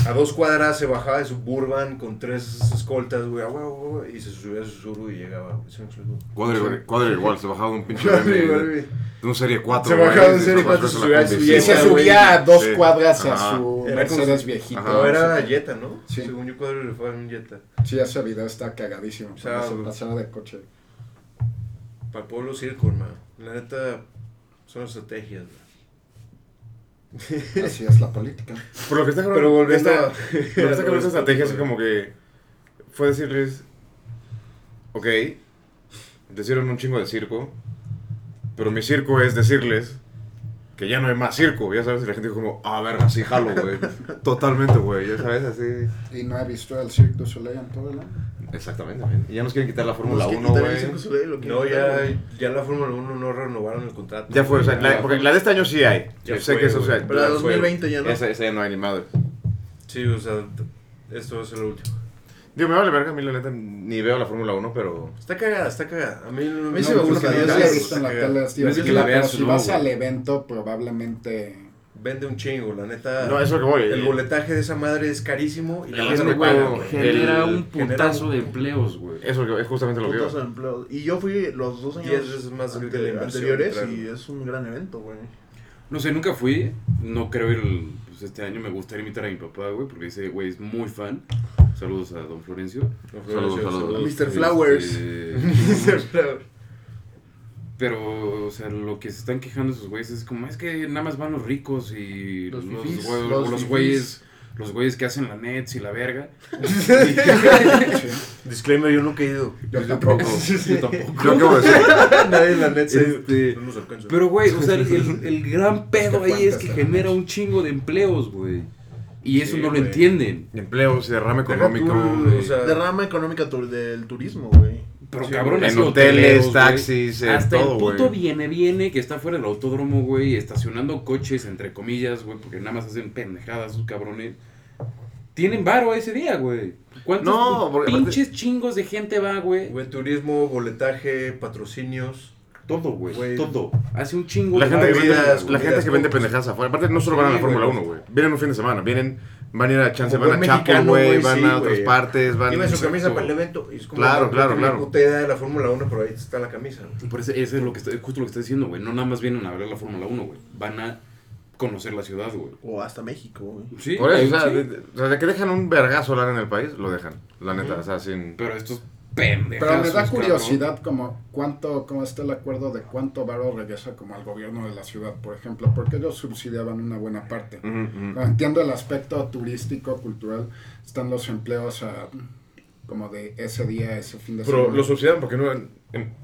Speaker 6: A dos cuadras se bajaba de Suburban con tres escoltas, güey, a huevo, güey, y se subía a su suru y llegaba, güey. ¿sí me explico?
Speaker 2: Cuadre, cuadre igual, se bajaba de un pinche
Speaker 6: Sí,
Speaker 2: BMW,
Speaker 6: güey,
Speaker 2: de,
Speaker 6: güey.
Speaker 2: de un serie 4.
Speaker 6: Se bajaba de un Serie 4, se subía a su
Speaker 4: Y
Speaker 6: Sí,
Speaker 4: se
Speaker 6: güey,
Speaker 4: subía a dos
Speaker 2: sí.
Speaker 4: cuadras
Speaker 2: Ajá.
Speaker 4: a su
Speaker 6: Era como
Speaker 4: Mercedes
Speaker 6: si-
Speaker 4: viejito.
Speaker 2: Ajá.
Speaker 6: No,
Speaker 4: no
Speaker 6: era
Speaker 4: sé qué.
Speaker 6: Jetta, ¿no?
Speaker 4: Sí.
Speaker 6: Según yo, cuadro rifaba en un Jetta.
Speaker 4: Sí, ese video está cagadísimo. porque
Speaker 6: sea,
Speaker 4: se pasaba de coche.
Speaker 6: Para Pueblo Circo, hermano. La neta, son estrategias, güey.
Speaker 4: Así es la política.
Speaker 2: Por lo que está
Speaker 6: Pero volviendo
Speaker 2: esta-
Speaker 6: a-
Speaker 2: lo que está con esta estrategia es como que fue decirles, ok, les dieron un chingo de circo, pero mi circo es decirles que ya no hay más circo, ya sabes, y la gente dijo como, a ver, así jalo, güey. Totalmente, güey, ya sabes, así.
Speaker 4: Y no he visto el Cirque du Soleil en todo el año.
Speaker 2: Exactamente, men. Y ya nos quieren quitar la Fórmula
Speaker 1: Pues que
Speaker 2: 1,
Speaker 1: quitar el
Speaker 2: güey.
Speaker 1: Cirque du Soleil, lo quieren
Speaker 6: No,
Speaker 1: quitar,
Speaker 6: ya,
Speaker 1: güey.
Speaker 6: ya la Fórmula 1 no renovaron el contrato.
Speaker 2: Ya fue, o sea, la,
Speaker 3: Ya
Speaker 2: porque la de este año sí hay.
Speaker 6: Ya
Speaker 2: Yo sé
Speaker 6: fue,
Speaker 2: que eso, o sea,
Speaker 6: güey.
Speaker 1: Pero la
Speaker 6: Ya fue,
Speaker 1: 2020 ya no.
Speaker 2: Esa, esa ya no hay ni madre.
Speaker 6: Sí, o sea, t- esto va a ser lo último.
Speaker 2: Digo, me vale verga a mí, la neta, ni veo la Fórmula 1, pero...
Speaker 6: Está cagada, está cagada. A mí no
Speaker 1: mí se me
Speaker 6: no,
Speaker 1: gusta,
Speaker 6: porque
Speaker 1: yo
Speaker 4: no
Speaker 1: sí
Speaker 4: la he
Speaker 1: es-
Speaker 4: visto en la
Speaker 6: está cagada.
Speaker 4: tele, es divertida,
Speaker 3: que la
Speaker 4: pero
Speaker 3: veas,
Speaker 4: si
Speaker 3: no,
Speaker 4: vas
Speaker 3: güey.
Speaker 4: al evento, probablemente...
Speaker 6: Vende un chingo, la neta.
Speaker 2: No, eso es lo que voy.
Speaker 6: Ah, El boletaje de esa madre es carísimo y la
Speaker 2: El
Speaker 6: gente
Speaker 2: otro
Speaker 6: no paga.
Speaker 2: juego,
Speaker 6: güey.
Speaker 5: Genera
Speaker 2: El-
Speaker 5: un
Speaker 6: genera
Speaker 5: putazo
Speaker 6: un-
Speaker 5: de empleos, güey.
Speaker 2: Eso es lo que- es justamente lo que
Speaker 1: Putazo de
Speaker 2: digo.
Speaker 1: empleo. Y yo fui los dos
Speaker 6: Diez
Speaker 1: años
Speaker 6: veces más que
Speaker 1: ante-
Speaker 6: la inversión
Speaker 1: anteriores
Speaker 6: de
Speaker 1: y
Speaker 6: traerlo.
Speaker 1: es un gran evento, güey.
Speaker 3: No sé, nunca fui. No creo ir el- pues, este año. Me gustaría invitar a mi papá, güey, porque ese güey es muy fan. Saludos a don Florencio.
Speaker 6: No,
Speaker 2: Saludos,
Speaker 6: Florencio,
Speaker 2: saludos.
Speaker 6: saludos.
Speaker 1: Mr. Flowers.
Speaker 3: Este,
Speaker 6: Flowers.
Speaker 3: pero, o sea, lo que se están quejando esos güeyes es como, es que nada más van los ricos y
Speaker 5: Los
Speaker 3: los,
Speaker 5: fifís,
Speaker 3: güey-
Speaker 1: los
Speaker 3: o los
Speaker 1: fifís.
Speaker 3: güeyes. Los güeyes que hacen la Nets y la verga.
Speaker 6: Disclaimer, yo nunca he ido.
Speaker 4: Yo tampoco.
Speaker 3: Yo tampoco.
Speaker 2: Yo acabo de decir.
Speaker 6: Nadie en la net se
Speaker 3: Este,
Speaker 6: No nos alcanza.
Speaker 3: Pero, güey, o sea, el, el- el gran pedo ahí es
Speaker 4: cuentas
Speaker 3: que
Speaker 4: de la
Speaker 3: genera
Speaker 4: noche.
Speaker 3: un chingo de empleos, güey. Y eso
Speaker 6: Sí,
Speaker 3: no lo
Speaker 6: güey.
Speaker 3: entienden.
Speaker 2: Empleos y derrame
Speaker 6: Deja tú,
Speaker 2: económico.
Speaker 6: o sea,
Speaker 1: Derrama económica tur- del turismo, güey.
Speaker 3: Pero
Speaker 6: Sí,
Speaker 3: cabrón,
Speaker 6: güey.
Speaker 3: es
Speaker 2: En
Speaker 3: hoteleros,
Speaker 2: hoteles,
Speaker 3: güey.
Speaker 2: taxis, eh,
Speaker 3: Hasta
Speaker 2: todo,
Speaker 3: el puto
Speaker 2: güey.
Speaker 3: viene, viene, que está fuera del autódromo, güey, estacionando coches, entre comillas, güey, porque nada más hacen pendejadas sus cabrones. Tienen varo ese día, güey. ¿Cuántos
Speaker 2: No, porque aparte-
Speaker 3: pinches chingos de gente va, güey?
Speaker 6: Güey, turismo, boletaje, patrocinios.
Speaker 3: Todo, güey,
Speaker 6: Güey.
Speaker 3: todo. Hace un chingo
Speaker 2: La
Speaker 3: de
Speaker 2: gente, que
Speaker 3: varo,
Speaker 2: vende,
Speaker 3: güey.
Speaker 6: bebidas,
Speaker 2: la gente
Speaker 6: comidas,
Speaker 2: que vende
Speaker 6: cosas.
Speaker 2: pendejadas afuera. Aparte, no solo van a la
Speaker 6: Sí,
Speaker 2: Fórmula
Speaker 6: güey.
Speaker 2: 1, güey. Vienen un fin de semana. Vienen, van a ir a Chance,
Speaker 6: Como
Speaker 2: van a
Speaker 6: buen
Speaker 2: Chapo,
Speaker 6: mexicano,
Speaker 2: güey.
Speaker 6: güey,
Speaker 2: Van
Speaker 6: sí,
Speaker 2: a otras
Speaker 6: güey.
Speaker 2: partes. Van...
Speaker 6: Lleva su camisa
Speaker 3: Exacto.
Speaker 6: para el evento. y es como
Speaker 2: Claro,
Speaker 6: la-
Speaker 2: claro,
Speaker 6: la
Speaker 2: claro.
Speaker 6: puta idea de la Fórmula 1, pero ahí está la camisa. güey.
Speaker 3: Por eso, eso es lo que está- justo lo que está diciendo, güey. No nada más vienen a ver la Fórmula 1, güey. Van a conocer la ciudad, güey.
Speaker 1: O hasta México, güey.
Speaker 3: Sí,
Speaker 2: Por eso, o sea,
Speaker 3: sí.
Speaker 2: de, o sea, de que dejan un vergazo solar en el país, lo dejan. La neta, o sea, sin.
Speaker 3: Pero estos pendejos.
Speaker 4: Pero me da curiosidad como cuánto, cómo está el acuerdo de cuánto varo regresa como al gobierno de la ciudad, por ejemplo, porque ellos subsidiaban una buena parte.
Speaker 2: Ujú, ujú.
Speaker 4: No, Entiendo el aspecto turístico, cultural, están los empleos ah, como de ese día, ese fin de
Speaker 2: Pero
Speaker 4: semana.
Speaker 2: lo subsidian porque no eran. en-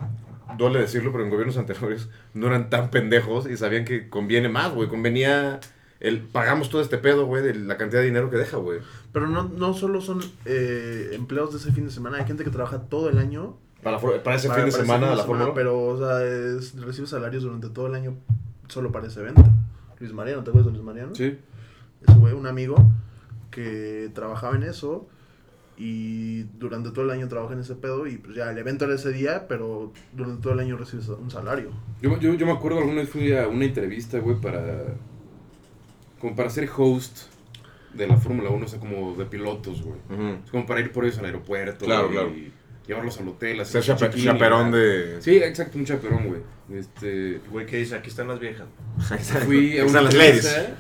Speaker 2: duele decirlo, pero en gobiernos anteriores no eran tan pendejos y sabían que conviene más, güey. Convenía el. Pagamos todo este pedo, güey, de la cantidad de dinero que deja, güey.
Speaker 1: Pero no, no solo son eh, empleos de ese fin de semana, hay gente que trabaja todo el año.
Speaker 2: Para, la for- para ese
Speaker 1: para-
Speaker 2: fin de
Speaker 1: para ese
Speaker 2: semana, la Fórmula.
Speaker 1: Pero, o sea, es- recibe salarios durante todo el año solo para ese evento. Luis Mariano, ¿te acuerdas de Luis Mariano?
Speaker 3: Sí.
Speaker 1: Ese güey, un amigo que trabajaba en eso y durante todo el año trabaja en ese pedo y pues ya el evento era ese día, pero durante todo el año recibes un salario.
Speaker 3: Yo, yo, yo me acuerdo alguna vez fui a una entrevista, güey, para. Como para ser host de la Fórmula 1, o sea, como de pilotos, güey.
Speaker 2: Ujú.
Speaker 3: Es como para ir por ellos al aeropuerto.
Speaker 2: Claro,
Speaker 3: güey,
Speaker 2: claro.
Speaker 3: Y llevarlos al hotel, hacer
Speaker 2: Ser chape-
Speaker 3: check-in y
Speaker 2: chaperón
Speaker 3: la-
Speaker 2: de.
Speaker 3: Sí, exacto, un chaperón, güey. Este.
Speaker 6: Güey, ¿qué dice? Aquí están las viejas.
Speaker 3: Fui a
Speaker 2: Están
Speaker 3: una
Speaker 2: las
Speaker 3: entrevista.
Speaker 2: ladies.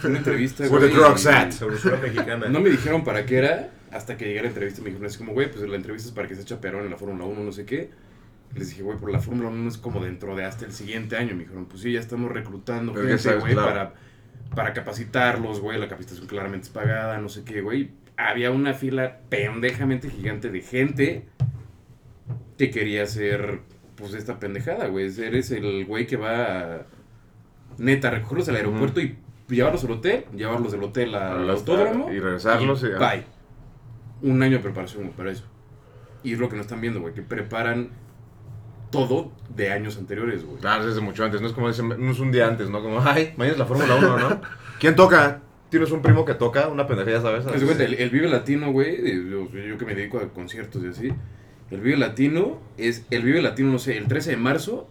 Speaker 3: fui a Una entrevista,
Speaker 2: Where the
Speaker 3: güey,
Speaker 2: drugs
Speaker 3: y-
Speaker 2: at?
Speaker 6: Sabrosura mexicana.
Speaker 3: No me dijeron para qué era hasta que llegué a la entrevista. y Me dijeron así como, güey, pues la entrevista es para que se chaperón en la Fórmula 1, no sé qué. Les dije, güey, por la Fórmula 1 es como dentro de hasta el siguiente año. Me dijeron, pues sí, ya estamos reclutando
Speaker 2: Pero ya
Speaker 3: gente,
Speaker 2: sabes,
Speaker 3: güey,
Speaker 2: claro.
Speaker 3: para, para capacitarlos, güey. La capacitación claramente es pagada, no sé qué, güey. Había una fila pendejamente gigante de gente que quería ser, pues, esta pendejada, güey. Eres el güey que va a, neta, recogerlos al aeropuerto y llevarlos al hotel, llevarlos del hotel a- al autódromo.
Speaker 2: Y regresarlos. y-
Speaker 3: Bye. Un año de preparación, güey, para eso. Y es lo que no están viendo, güey, que preparan todo de años anteriores, güey.
Speaker 2: Claro, desde mucho antes, no es como dicen, no es un día antes, ¿no? Como, ay, mañana es la Fórmula 1, ¿no? ¿Quién toca? ¿Tienes un primo que toca? Una pendejera, ¿sabes?
Speaker 3: Haz de cuenta, el, el Vive Latino, güey, eh, yo, yo que me dedico a conciertos y así, el Vive Latino es el Vive Latino, no sé, el 13 de marzo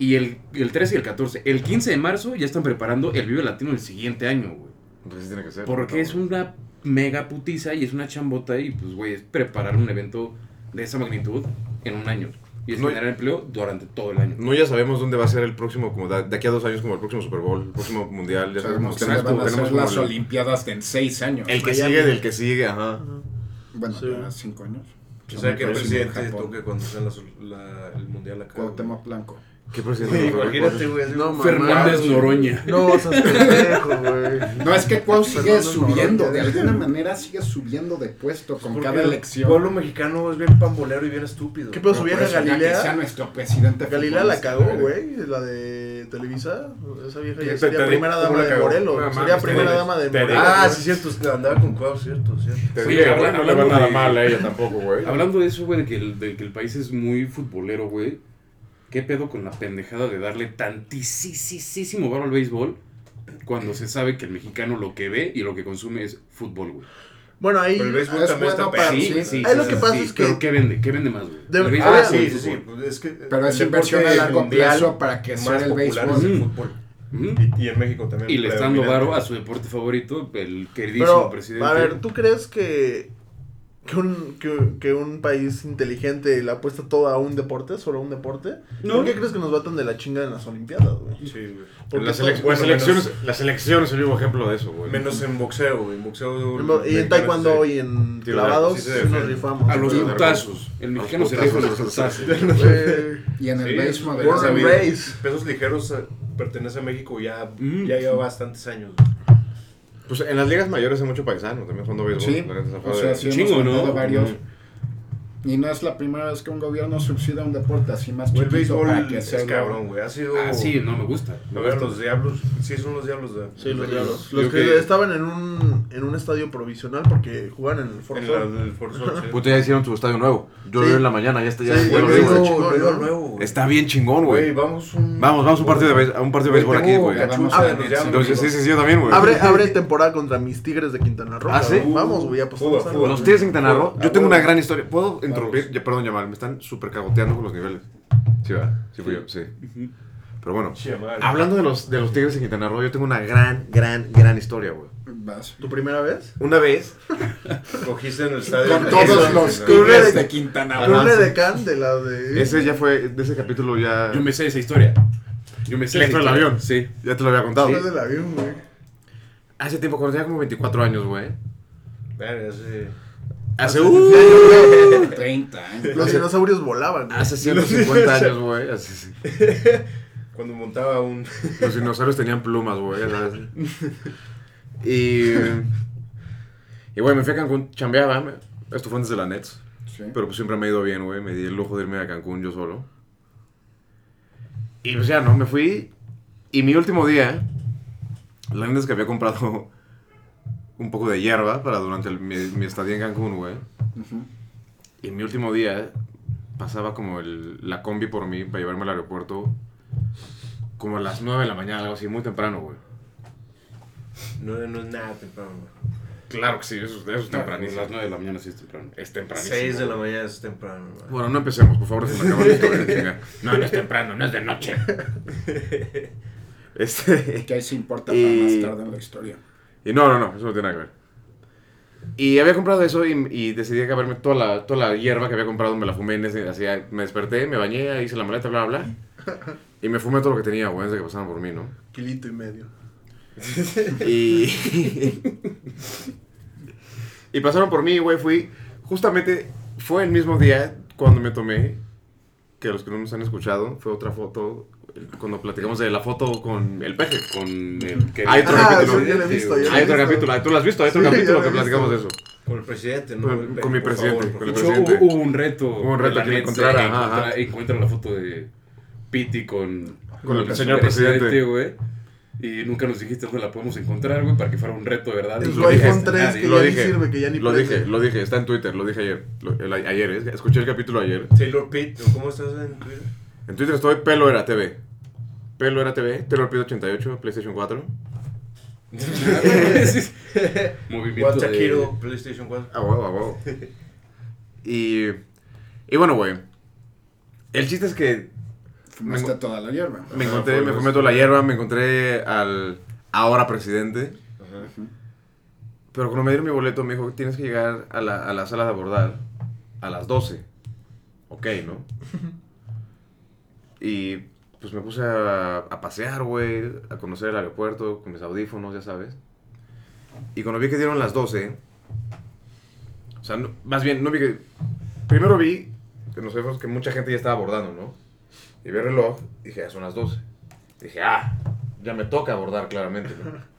Speaker 3: y el, el 13 y el 14. El 15 de marzo ya están preparando el Vive Latino del siguiente año, güey.
Speaker 2: Pues sí tiene que ser.
Speaker 3: Porque es una mega putiza y es una chambota y pues, güey, es preparar un evento de esa magnitud en un año. Y es
Speaker 2: No, y-
Speaker 3: generar empleo durante todo el año.
Speaker 2: No, ya sabemos dónde va a ser el próximo, como da- de aquí a dos años, como el próximo Super Bowl, el próximo Mundial. Ya sabemos,
Speaker 4: Sabemos que
Speaker 2: tenemos
Speaker 4: se van
Speaker 2: como-
Speaker 4: a hacer
Speaker 2: tenemos como
Speaker 4: las
Speaker 2: el-
Speaker 4: Olimpiadas en seis años.
Speaker 2: el que
Speaker 1: Miami.
Speaker 2: sigue del que sigue, ajá.
Speaker 4: Bueno,
Speaker 1: Sí.
Speaker 4: ya cinco años.
Speaker 6: Que sea que el
Speaker 4: Japón,
Speaker 6: presidente
Speaker 4: Japón.
Speaker 6: toque cuando sea la- la- el mundial acá. güey.
Speaker 4: Cuauhtémoc Blanco.
Speaker 2: ¿Qué presidente?
Speaker 6: Güey,
Speaker 2: Por favor,
Speaker 6: Imagínate,
Speaker 2: por-
Speaker 6: güey. así
Speaker 1: No,
Speaker 6: como-
Speaker 3: Fernández Noroña.
Speaker 1: No, o sea, es pendejo, güey.
Speaker 4: No, es que Cuau sigue
Speaker 1: Fernando
Speaker 4: subiendo, de
Speaker 1: Noroña.
Speaker 4: alguna manera sigue subiendo de puesto con
Speaker 6: Porque
Speaker 4: cada
Speaker 6: El pueblo
Speaker 4: elección.
Speaker 6: mexicano es bien pambolero y bien estúpido.
Speaker 1: ¿Qué pedo
Speaker 4: Pero
Speaker 1: subían
Speaker 4: por
Speaker 1: a
Speaker 4: eso, ya Que sea
Speaker 1: Galilea?
Speaker 4: nuestro presidente.
Speaker 1: Galilea la
Speaker 4: futbolista,
Speaker 1: cagó,
Speaker 4: güey.
Speaker 1: güey. La de Televisa. Esa vieja ya
Speaker 6: Te-
Speaker 1: sería
Speaker 6: te-
Speaker 1: primera
Speaker 6: ¿cómo
Speaker 1: dama
Speaker 6: la
Speaker 1: de
Speaker 6: cagó?
Speaker 1: Morelos.
Speaker 6: No, mames,
Speaker 1: sería
Speaker 6: te
Speaker 1: primera
Speaker 6: digo.
Speaker 1: dama de
Speaker 6: Te
Speaker 1: Morelos.
Speaker 6: digo, Ah,
Speaker 1: güey.
Speaker 6: sí, cierto. usted Andaba con Cuau, cierto, cierto.
Speaker 2: Te
Speaker 3: Oye,
Speaker 2: digo,
Speaker 3: habla-
Speaker 2: no le va
Speaker 3: hablando
Speaker 2: nada
Speaker 3: de-
Speaker 2: mal a ella tampoco, güey.
Speaker 3: Hablando de eso, güey, de que el, de que el país es muy futbolero, güey. ¿Qué pedo con la pendejada de darle tantísimo barro al béisbol cuando se sabe que el mexicano lo que ve y lo que consume es fútbol, güey?
Speaker 1: Bueno, ahí.
Speaker 6: Pero el béisbol
Speaker 4: es
Speaker 6: también está
Speaker 4: bueno para-
Speaker 6: perro.
Speaker 4: sí, Ah, sí.
Speaker 1: Ahí lo que pasa es que-
Speaker 3: Pero ¿qué vende? ¿Qué vende más, güey?
Speaker 1: De-
Speaker 3: ¿El béisbol
Speaker 6: Ah,
Speaker 1: Ah,
Speaker 3: o
Speaker 6: sí,
Speaker 3: el
Speaker 6: sí, sí.
Speaker 3: fútbol?
Speaker 6: pues Es que
Speaker 4: Pero es inversión a largo plazo para que sea el
Speaker 6: es
Speaker 4: béisbol.
Speaker 6: el
Speaker 3: Mm.
Speaker 6: fútbol.
Speaker 3: Ujú.
Speaker 6: Y, y en México también.
Speaker 3: Y le están dando
Speaker 6: predominante.
Speaker 3: varo a su deporte favorito, el queridísimo
Speaker 1: Pero,
Speaker 3: presidente.
Speaker 1: a ver, ¿tú crees que, que, un, que, que un país inteligente le apuesta todo a un deporte, solo a un deporte?
Speaker 3: No.
Speaker 1: ¿Por qué crees que nos va tan de la chinga en las Olimpiadas, güey?
Speaker 6: Sí, güey.
Speaker 1: Porque
Speaker 2: Las,
Speaker 1: todo-
Speaker 2: elec-
Speaker 6: bueno,
Speaker 2: las elecciones,
Speaker 6: menos-
Speaker 2: las elecciones son el vivo ejemplo de eso, güey.
Speaker 6: Menos en boxeo, güey. En boxeo.
Speaker 1: y en taekwondo y en
Speaker 2: Tiro de
Speaker 1: clavados
Speaker 6: arco, sí se
Speaker 1: sí
Speaker 6: defiende.
Speaker 1: nos rifamos.
Speaker 3: A los
Speaker 1: güey.
Speaker 2: Pero-
Speaker 3: putazos. El mexicano se deja los putazos.
Speaker 1: Güey,
Speaker 4: Y en el
Speaker 6: Sí,
Speaker 4: béisbol
Speaker 6: es
Speaker 4: de
Speaker 1: Born
Speaker 6: Born
Speaker 1: and
Speaker 6: and
Speaker 1: raised.
Speaker 6: Pesos ligeros eh, pertenece a México ya,
Speaker 3: Mm.
Speaker 6: ya lleva bastantes años.
Speaker 2: Pues en las ligas mayores hay mucho paisano también cuando béisbol.
Speaker 4: Sí,
Speaker 2: la neta, se
Speaker 4: o
Speaker 2: fue
Speaker 4: sea,
Speaker 2: de-
Speaker 4: sí
Speaker 3: Chingo,
Speaker 4: hemos
Speaker 3: ¿no?
Speaker 4: mandado varios.
Speaker 2: Mm.
Speaker 4: Y no es la primera vez que un gobierno subsidia un deporte así más
Speaker 6: Güey, el
Speaker 4: chiquito
Speaker 6: béisbol
Speaker 4: para que
Speaker 6: es
Speaker 4: sea
Speaker 6: cabrón, güey. Ha sido.
Speaker 3: Ah, sí, no me gusta.
Speaker 6: A ver, los diablos. Sí, son los diablos de.
Speaker 1: Sí, los
Speaker 6: de-
Speaker 1: diablos.
Speaker 3: Yo
Speaker 1: Los que,
Speaker 3: que-
Speaker 1: estaban en un, en un estadio provisional porque jugaban en el Foro
Speaker 6: En la
Speaker 1: Sol.
Speaker 6: del Forzón, sí.
Speaker 2: Puta, ya hicieron su estadio nuevo. Yo lo
Speaker 1: Sí.
Speaker 2: vi en la mañana, ya está ya.
Speaker 1: Sí,
Speaker 2: ya
Speaker 1: yo
Speaker 2: lo
Speaker 1: lo
Speaker 2: vi,
Speaker 1: digo,
Speaker 2: güey.
Speaker 1: chingón,
Speaker 6: lo veo
Speaker 1: ¿no?
Speaker 6: nuevo, güey.
Speaker 2: Está bien chingón,
Speaker 6: Güey,
Speaker 2: güey.
Speaker 6: vamos un.
Speaker 2: Vamos, vamos a un partido de, béis- a un partido de béisbol aquí,
Speaker 4: Uh,
Speaker 6: tengo
Speaker 2: güey.
Speaker 6: gachuza,
Speaker 1: Ah,
Speaker 6: de
Speaker 1: bueno,
Speaker 6: los
Speaker 1: ya,
Speaker 6: diablos,
Speaker 2: Entonces, sí,
Speaker 6: güey.
Speaker 2: sí, sí, yo también, güey.
Speaker 1: Abre, abre temporada contra mis Tigres de Quintana Roo.
Speaker 2: Ah, ¿sí?
Speaker 1: cabrón. Vamos, güey, apostamos
Speaker 6: Fuga,
Speaker 1: algo,
Speaker 6: fuga.
Speaker 1: güey.
Speaker 2: Los Tigres de Quintana Roo,
Speaker 6: Ah,
Speaker 2: yo tengo una
Speaker 6: bueno.
Speaker 2: gran historia. ¿Puedo interrumpir? Ya, perdón, Yamal, me están súper cagoteando con los niveles. Sí, va. Sí, fui yo, sí. Pero bueno,
Speaker 6: Sí, madre.
Speaker 2: hablando de los, de los Tigres de Quintana Roo, yo tengo una gran, gran, gran historia, güey.
Speaker 4: Vas.
Speaker 1: ¿Tu primera vez?
Speaker 2: Una vez,
Speaker 6: Cogiste en el estadio.
Speaker 4: Con todos
Speaker 1: Eso,
Speaker 4: los
Speaker 1: sí,
Speaker 4: tigres
Speaker 1: sí.
Speaker 4: de Quintana
Speaker 1: ¿Tu
Speaker 4: Roo.
Speaker 1: de Can de la de...
Speaker 2: Ah, ese ya fue, de ese capítulo ya.
Speaker 3: Yo me sé esa historia. Yo me sé. esa
Speaker 2: Electro del
Speaker 3: historia.
Speaker 2: avión.
Speaker 3: Sí.
Speaker 2: Ya te lo había contado.
Speaker 1: Después del avión, güey.
Speaker 2: Hace tiempo, cuando tenía como 24 años, güey.
Speaker 6: Verga, sí.
Speaker 2: Hace,
Speaker 4: Uh, 30 años.
Speaker 2: Ah,
Speaker 1: Los dinosaurios volaban, güey.
Speaker 2: hace 150 años, güey. Hace- sí.
Speaker 6: Cuando montaba un.
Speaker 2: Los dinosaurios tenían plumas, güey. ya sabes. Y. Y, güey, me fui a Cancún, chambeaba. me- Esto fue antes de la Nets.
Speaker 4: Sí.
Speaker 2: Pero pues siempre me ha ido bien, güey. Me di el lujo de irme a Cancún yo solo. Y pues ya, ¿no? Me fui. Y mi último día, la neta es que había comprado un poco de hierba para durante el- mi, mi estadía en Cancún, güey.
Speaker 4: Ujú.
Speaker 2: Y mi último día pasaba como el- la combi por mí para llevarme al aeropuerto como a las 9 de la mañana, algo así, muy temprano, güey.
Speaker 6: No, no es nada temprano, güey.
Speaker 2: Claro que sí, eso, eso es tempranísimo.
Speaker 3: Las 9 de la mañana sí es temprano. Eh,
Speaker 2: Es tempranísimo.
Speaker 6: 6 de la mañana es temprano, güey.
Speaker 2: Bueno, no empecemos, por favor, se me acaba la historia, chinga. No, no es temprano, no es de noche. Este...
Speaker 4: Que ahí se importa
Speaker 2: Y-
Speaker 4: para más tarde en la historia.
Speaker 2: Y no, no, no, eso no tiene nada que ver. Y había comprado eso y, y decidí acabarme toda la, toda la hierba que había comprado, me la fumé, en ese- así, me desperté, me bañé, hice la maleta, bla, bla, bla. Y me fumé todo lo que tenía, güey, antes de que pasaban por mí, ¿no?
Speaker 1: Kilito y medio.
Speaker 2: Y... y pasaron por mí, güey, fui... Justamente fue el mismo día cuando me tomé, que los que no nos han escuchado, fue otra foto, el- cuando platicamos de la foto con el peje.
Speaker 3: Con el que.
Speaker 2: Hay otro
Speaker 1: Ah,
Speaker 2: capítulo.
Speaker 1: eso ya lo he visto, ya lo he
Speaker 2: Hay otro
Speaker 1: visto.
Speaker 2: capítulo, tú lo has visto, hay otro
Speaker 1: Sí, ya
Speaker 2: capítulo
Speaker 1: lo
Speaker 2: que
Speaker 1: he visto.
Speaker 2: platicamos de eso.
Speaker 6: Con el presidente, ¿no?
Speaker 2: Con-
Speaker 6: El-
Speaker 2: con mi
Speaker 6: por
Speaker 2: presidente,
Speaker 6: favor,
Speaker 2: con
Speaker 6: por
Speaker 2: el
Speaker 3: Yo-
Speaker 6: favor.
Speaker 2: presidente.
Speaker 3: hubo, hubo un reto.
Speaker 2: Hubo un reto
Speaker 3: de la
Speaker 2: que
Speaker 3: Nets de
Speaker 2: encontrara, ajá,
Speaker 3: encontrar-
Speaker 2: ajá.
Speaker 3: Encuentra la foto de Piti con,
Speaker 2: Con el
Speaker 3: con
Speaker 2: señor presidente.
Speaker 3: güey. Y nunca nos dijiste dónde la podemos encontrar, güey, para que fuera un reto, de ¿verdad?
Speaker 1: En
Speaker 3: Y
Speaker 1: su
Speaker 3: lo
Speaker 1: iPhone
Speaker 3: dejaste,
Speaker 1: 3
Speaker 3: nadie.
Speaker 1: que
Speaker 2: lo
Speaker 1: ya ni
Speaker 2: dije,
Speaker 1: sirve, que ya ni
Speaker 2: lo
Speaker 1: prende.
Speaker 2: dije, lo dije, está en Twitter, lo dije ayer, lo- el- ayer, ¿eh? escuché el capítulo ayer.
Speaker 6: Taylor Pitt, ¿cómo estás en Twitter?
Speaker 2: En Twitter estoy Pelo Era TV. Pelo Era TV, te lo repito 88, PlayStation 4.
Speaker 3: Movimiento de...
Speaker 6: Guataquiro, PlayStation 4.
Speaker 2: A huevo, a huevo. Y, y bueno, güey. El chiste es que
Speaker 4: Fumaste toda la hierba.
Speaker 2: me
Speaker 6: Ajá,
Speaker 2: encontré,
Speaker 6: fue
Speaker 2: me
Speaker 6: eso.
Speaker 2: fumé toda la hierba, me encontré al ahora presidente. Pero cuando me dieron mi boleto me dijo, tienes que llegar a la, a la sala de abordar a las 12. Ok, ¿no? Y pues me puse a, a pasear, güey, a conocer el aeropuerto con mis audífonos, ya sabes. Y cuando vi que dieron las 12, o sea, no- más bien, no vi que... Primero vi en los teléfonos que mucha gente ya estaba abordando, ¿no? Y vi el reloj, dije, ya son las 12. Dije, ah, ya me toca abordar claramente, ¿no?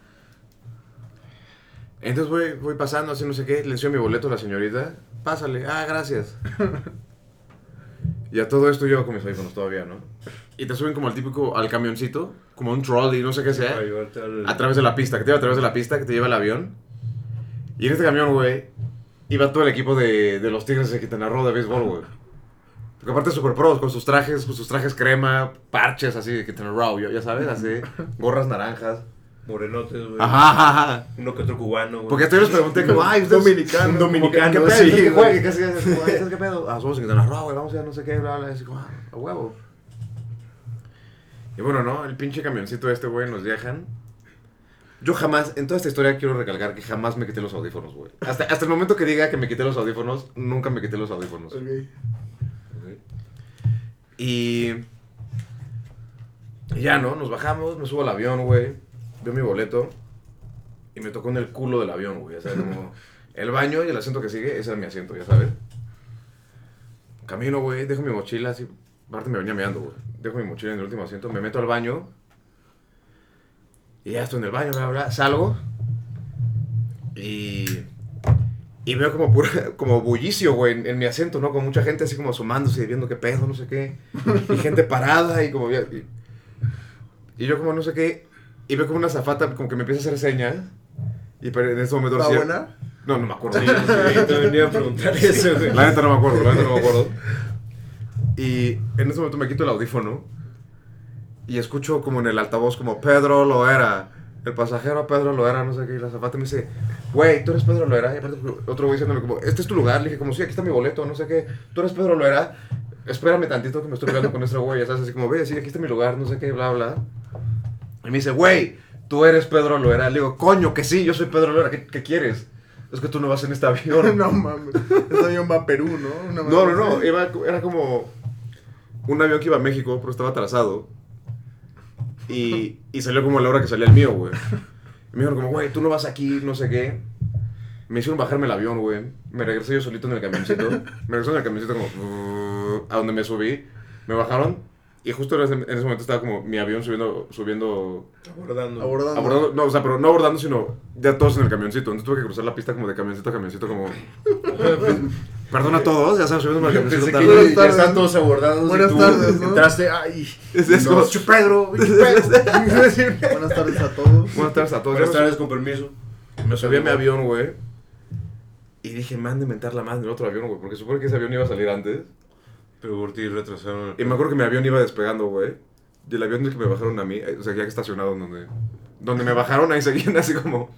Speaker 2: Entonces voy, voy pasando, así no sé qué, le enseño mi boleto a la señorita. Pásale, ah, gracias. y a todo esto yo con mis iPhones todavía, ¿no? Y te suben como el típico al camioncito, como un trolley, no sé qué sea,
Speaker 6: Para llevarte al-
Speaker 2: ¿Eh? a través de la pista, que te lleva a través de la pista, que te lleva el avión. Y en este camión, güey, iba todo el equipo de, de los Tigres de Quintana Roo de béisbol, güey. Porque aparte super pros, con sus trajes, con sus trajes crema, parches así de Quintana Roo, ya ya sabes, así, gorras naranjas.
Speaker 6: Morenotes, güey.
Speaker 2: Ajá, ajá, ajá.
Speaker 6: Uno que otro cubano, güey.
Speaker 2: Porque hasta yo les pregunté como, ay, ustedes...
Speaker 1: Dominicano.
Speaker 2: un dominicano,
Speaker 1: Como
Speaker 2: ¿qué
Speaker 1: que,
Speaker 2: pedo?
Speaker 1: ¿qué pedo?
Speaker 2: Sí,
Speaker 1: ¿Qué
Speaker 2: güey,
Speaker 1: juegue?
Speaker 2: ¿qué hacías? ¿Qué haces? ¿Qué pedo? Ah, somos en Quintana Roo, güey, vamos a no sé qué, bla, bla, bla, así como, ah, a huevo. Y bueno, ¿no? El pinche camioncito este, güey, nos viajan. Yo jamás, en toda esta historia quiero recalcar que jamás me quité los audífonos, güey. Hasta, hasta el momento que diga que me quité los audífonos, nunca me quité los audífonos. Y. y ya, ¿no? Nos bajamos, me subo al avión, güey. Veo mi boleto. Y me tocó en el culo del avión, güey. Ya sabes, como. El baño y el asiento que sigue, ese era mi asiento, ya sabes. Camino, güey, dejo mi mochila así. Aparte me venía meando, güey. Dejo mi mochila en el último asiento, me meto al baño. Y ya estoy en el baño, bla, bla. Salgo. Y. Y veo como, pura- como bullicio, güey, en, en mi asiento, ¿no? Con mucha gente así como asomándose y viendo qué pedo, no sé qué. Y gente parada y como... ya- Y, y yo como no sé qué. Y veo como una zafata como que me empieza a hacer señas. Y pero en ese momento...
Speaker 1: ¿Está
Speaker 2: así-
Speaker 1: buena?
Speaker 2: No, no me acuerdo.
Speaker 6: Yo te venía a preguntar eso, güey.
Speaker 2: La neta no me acuerdo, la neta no me acuerdo. Y en ese momento me quito el audífono y escucho como en el altavoz como Pedro Loera. El pasajero Pedro Loera, no sé qué, y la zapata me dice, güey, tú eres Pedro Loera. Y aparte otro güey diciéndome como, este es tu lugar. Le dije como, sí, aquí está mi boleto, no sé qué. Tú eres Pedro Loera. Espérame tantito que me estoy peleando con esta güey. Ya sabes, así como, ve, sí, aquí está mi lugar, no sé qué, bla, bla. Y me dice, güey, tú eres Pedro Loera. Le digo, coño, que sí, yo soy Pedro Loera. ¿Qué, qué quieres? Es que tú no vas en este avión.
Speaker 1: No mames. Este avión va a Perú, ¿no? Una
Speaker 2: No,
Speaker 1: madre
Speaker 2: no, no.
Speaker 1: así.
Speaker 2: Era, era como un avión que iba a México, pero estaba atrasado. Y, y salió como a la hora que salía el mío, güey. Y me dijeron como, güey, tú no vas aquí, no sé qué. Me hicieron bajarme el avión, güey. Me regresé yo solito en el camioncito. Me regresé en el camioncito como... "Uh", A donde me subí. Me bajaron. Y justo en ese, en ese momento estaba como mi avión subiendo... subiendo
Speaker 6: Abordando.
Speaker 1: Abordando.
Speaker 2: abordando, no, o sea, pero no abordando, sino ya todos en el camioncito. Entonces tuve que cruzar la pista como de camioncito a camioncito, como... Perdona a todos, ya sabes, subiendo en el camioncito.
Speaker 1: que
Speaker 2: tarde.
Speaker 1: Buenas tardes.
Speaker 4: todos abordados.
Speaker 1: Buenas tardes, ¿no?
Speaker 4: Entraste, ay.
Speaker 2: Es, es como,
Speaker 4: Dos.
Speaker 2: "Chu, Pedro, Pedro".
Speaker 1: Buenas tardes a todos.
Speaker 2: Buenas tardes a todos.
Speaker 6: Buenas
Speaker 2: Yo me-
Speaker 6: tardes, con permiso.
Speaker 2: Me subí a mi avión, güey. Y dije, man, de mentar la madre del otro avión, güey. Porque supone que ese avión iba a salir antes.
Speaker 6: Pero por ti retrasaron.
Speaker 2: Y me acuerdo que mi avión iba despegando, güey. Y el avión del que me bajaron a mí, eh, o sea, ya que estacionado en donde. Donde me bajaron, ahí seguían así como.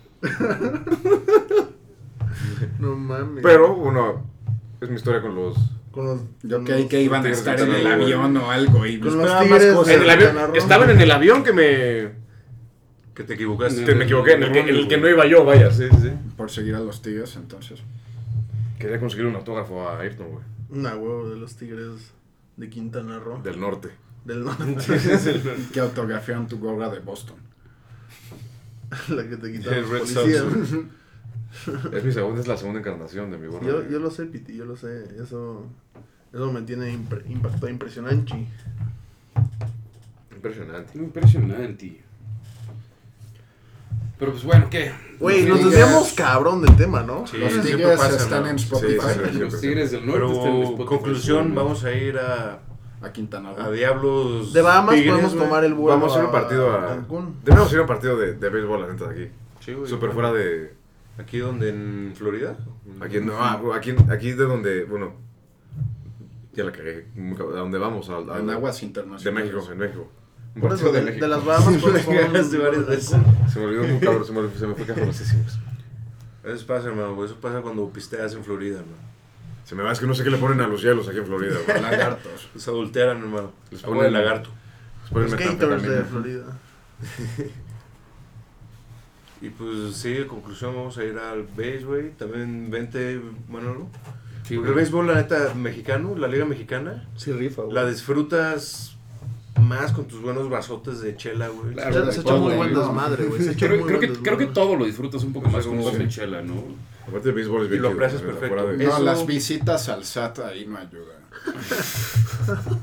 Speaker 1: No mames.
Speaker 2: Pero, bueno, es mi historia con los.
Speaker 1: Con los.
Speaker 4: Yo
Speaker 1: con
Speaker 4: creí
Speaker 1: los-
Speaker 4: que iban a
Speaker 2: tigres
Speaker 4: estar
Speaker 2: de
Speaker 4: en el
Speaker 2: Quintana Roo,
Speaker 4: avión o algo. Y
Speaker 1: Con
Speaker 4: pues,
Speaker 1: los
Speaker 4: nada más
Speaker 1: tigres eh.
Speaker 4: cosas.
Speaker 1: En el avión-
Speaker 2: Quintana Roo. estaban en el avión que me.
Speaker 6: Que te equivocaste.
Speaker 2: que me equivoqué, en el que, en el que no iba yo, vaya, sí, sí.
Speaker 4: Por seguir a los tigres, entonces.
Speaker 2: Quería conseguir un autógrafo a Ayrton, güey.
Speaker 1: Una huevo de los tigres de Quintana Roo.
Speaker 2: Del norte.
Speaker 1: Del
Speaker 6: Sí,
Speaker 1: norte.
Speaker 6: es el-
Speaker 4: Que autografiaron tu gorra de Boston.
Speaker 1: la que te quitaron
Speaker 6: El Red
Speaker 1: los
Speaker 6: Sox,
Speaker 1: policías.
Speaker 2: Es mi segunda, es la segunda encarnación de mi gorra.
Speaker 1: Yo, yo lo sé, Piti, yo lo sé. Eso, eso me tiene impre- impactado impresionante.
Speaker 2: Impresionante.
Speaker 3: Impresionante. Pero pues bueno, ¿qué?
Speaker 1: Güey,
Speaker 4: Los
Speaker 1: nos
Speaker 4: Tigres-
Speaker 1: desviamos cabrón del tema, ¿no?
Speaker 6: Sí,
Speaker 4: Los
Speaker 6: siempre
Speaker 4: tigres
Speaker 6: pasa,
Speaker 4: están
Speaker 6: ¿no?
Speaker 4: en
Speaker 6: Sí,
Speaker 4: Spotify.
Speaker 2: siempre, siempre.
Speaker 1: pues,
Speaker 3: Los Tigres del Norte están en
Speaker 6: Pero,
Speaker 3: Spotify.
Speaker 6: conclusión, vamos a ir a,
Speaker 4: A Quintana
Speaker 6: a
Speaker 2: Ah,
Speaker 4: Roo.
Speaker 6: Diablos.
Speaker 1: De Bahamas
Speaker 6: Tigres,
Speaker 1: podemos
Speaker 6: güey.
Speaker 1: tomar el vuelo
Speaker 2: Vamos a ir a un partido a.
Speaker 1: Cancún.
Speaker 2: Debemos ir a un partido de, de béisbol, la neta, de aquí.
Speaker 6: Sí, güey.
Speaker 2: Súper fuera de.
Speaker 6: Aquí donde en Florida.
Speaker 2: Aquí, no, ah, aquí, aquí de donde. Bueno. Ya la cagué. muy cabrón. ¿A dónde vamos? Al- al-
Speaker 4: En aguas
Speaker 2: ah, De
Speaker 4: internacionales.
Speaker 2: México, en México. Un
Speaker 1: Por
Speaker 2: partido
Speaker 1: eso, de,
Speaker 2: México.
Speaker 1: de las Bahamas, por
Speaker 6: Llegaste varias veces.
Speaker 1: favor.
Speaker 2: Se me olvidó muy cabrón, se me, se me fue cabroncísimo.
Speaker 6: Eso pasa, hermano, güey. Eso pasa cuando pisteas en Florida, hermano.
Speaker 2: Se me va, es que no sé qué le ponen a los hielos aquí en Florida. güey.
Speaker 4: Lagartos.
Speaker 6: Se Pues adulteran, hermano.
Speaker 2: Les
Speaker 6: Les
Speaker 2: ponen-
Speaker 6: ponen el lagarto.
Speaker 2: Les ponen
Speaker 1: Skaters
Speaker 2: metanfetamina.
Speaker 1: de
Speaker 3: Ah,
Speaker 1: Florida.
Speaker 6: Y pues sí, en conclusión, vamos a ir al base, güey. También vente, Manolo. Porque
Speaker 3: Sí, güey.
Speaker 6: el béisbol, la neta, mexicano, la liga mexicana,
Speaker 1: Sí, rifa,
Speaker 6: la disfrutas más con tus buenos vasotes de chela, güey.
Speaker 3: Claro.
Speaker 1: Se, se echa muy buen desmadre, güey. Se echa
Speaker 3: Creo,
Speaker 1: muy
Speaker 3: creo
Speaker 1: buen
Speaker 3: que, creo que
Speaker 1: desmadre.
Speaker 3: todo lo disfrutas un poco
Speaker 6: Pues,
Speaker 3: más con
Speaker 2: Sí.
Speaker 3: una chela, ¿no?
Speaker 2: Aparte de béisbol es bien
Speaker 6: Y lo
Speaker 2: chido,
Speaker 6: aprecias
Speaker 2: güey,
Speaker 6: perfecto.
Speaker 2: fuera de-
Speaker 4: No,
Speaker 6: Eso-
Speaker 4: las visitas al SAT ahí no ayudan.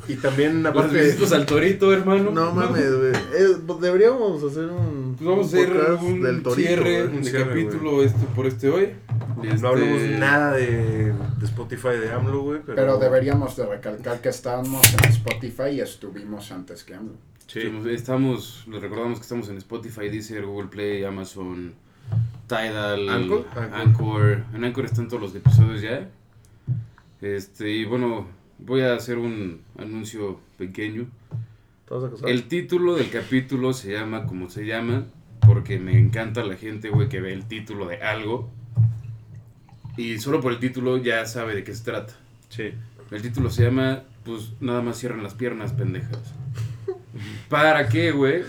Speaker 6: Y también,
Speaker 3: Los
Speaker 6: aparte,
Speaker 3: visitos al torito, hermano.
Speaker 1: No mames, güey. Eh, pues, deberíamos hacer un.
Speaker 3: Pues vamos a
Speaker 1: un
Speaker 3: hacer
Speaker 1: podcast
Speaker 3: un
Speaker 1: Torito,
Speaker 3: cierre
Speaker 1: güey.
Speaker 6: Un
Speaker 3: de
Speaker 6: cierre,
Speaker 3: capítulo este, por este hoy. Este,
Speaker 6: no hablamos nada de, de Spotify de AMLO, güey. Pero,
Speaker 4: Pero deberíamos de recalcar que estábamos en Spotify y estuvimos antes que AMLO.
Speaker 6: Sí.
Speaker 3: pues, Estamos, les recordamos que estamos en Spotify, Deezer, Google Play, Amazon, Tidal,
Speaker 2: Anchor.
Speaker 3: Anchor. En Anchor están todos los episodios ya. Este, y bueno, voy a hacer un anuncio pequeño.
Speaker 1: ¿Te vas a casar?
Speaker 3: El título del capítulo se llama como se llama, porque me encanta la gente, güey, que ve el título de algo. Y solo por el título ya sabe de qué se trata.
Speaker 6: Sí.
Speaker 3: El título se llama, pues, nada más cierran las piernas, pendejas. ¿Para qué, güey?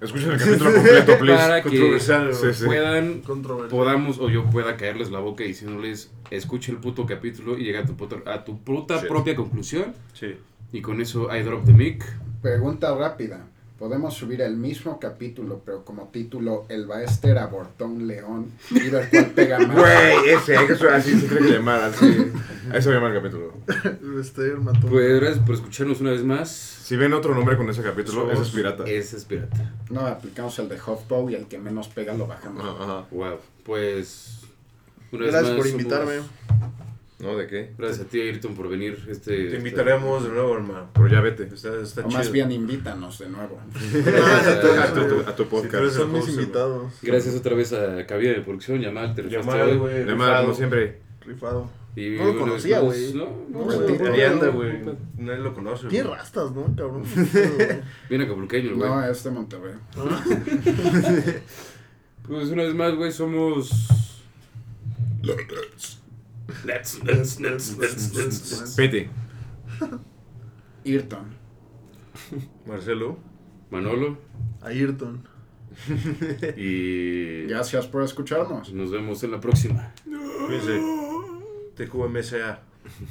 Speaker 2: Escuchen el capítulo completo, please.
Speaker 3: Para que
Speaker 6: Controversial,
Speaker 2: Sí,
Speaker 6: güey.
Speaker 2: sí.
Speaker 3: puedan,
Speaker 1: Controversial.
Speaker 3: podamos o yo pueda caerles la boca diciéndoles, escucha el puto capítulo y llega a tu, puta- a tu puta
Speaker 2: Shit.
Speaker 3: propia conclusión.
Speaker 6: Sí.
Speaker 3: Y con eso, I drop the mic.
Speaker 4: Pregunta rápida. Podemos subir el mismo capítulo, pero como título El Baester abortó un león y ver cuál pega más.
Speaker 2: Güey, ese, hay que su- así se tiene que llamar, así. A eso llama el capítulo.
Speaker 1: Este, el matón.
Speaker 3: Pues gracias por escucharnos una vez más.
Speaker 2: Si ven otro nombre con ese capítulo, ese es pirata.
Speaker 3: Ese es pirata.
Speaker 4: No, aplicamos el de Huffpo y el que menos pega lo bajamos.
Speaker 6: Ah,
Speaker 2: Ajá, ajá.
Speaker 3: Wow. Pues. una vez
Speaker 1: Gracias
Speaker 3: más
Speaker 1: por
Speaker 3: somos-
Speaker 1: invitarme.
Speaker 2: ¿No? ¿De qué?
Speaker 3: Gracias a ti, Ayrton, por venir. Este,
Speaker 6: Te invitaremos de nuevo, hermano.
Speaker 2: Pero ya vete.
Speaker 6: Está, está
Speaker 4: o
Speaker 6: chido.
Speaker 4: más bien invítanos de nuevo.
Speaker 3: Ah,
Speaker 2: A tu, a tu
Speaker 6: Si tú eres
Speaker 2: podcast.
Speaker 6: el
Speaker 1: Son mis
Speaker 6: host, güey.
Speaker 1: invitados.
Speaker 3: Gracias otra vez a Cabina de Producción, Yamal, te rifaste
Speaker 6: Llamar,
Speaker 3: hoy.
Speaker 6: güey.
Speaker 2: Llamada, como siempre.
Speaker 1: Rifado.
Speaker 3: Y
Speaker 1: No lo
Speaker 3: una vez
Speaker 1: conocía,
Speaker 3: más,
Speaker 1: güey.
Speaker 3: No,
Speaker 1: No,
Speaker 3: no, no,
Speaker 1: güey.
Speaker 6: Ahí anda,
Speaker 3: no,
Speaker 6: güey.
Speaker 3: no.
Speaker 6: Nadie lo conoce, güey.
Speaker 1: Tiene rastas, ¿no, cabrón? Pero,
Speaker 3: Bien acapulqueño, el güey.
Speaker 4: No, es de Monterrey.
Speaker 3: Pues una vez más, güey, somos. Let's, let's, let's, let's, let's.
Speaker 2: Vete.
Speaker 4: Irton.
Speaker 6: Marcelo.
Speaker 3: Manolo.
Speaker 1: Ayrton.
Speaker 3: Y.
Speaker 4: Gracias por escucharnos.
Speaker 3: Nos vemos en la próxima.
Speaker 6: Cuídense. TQMSA.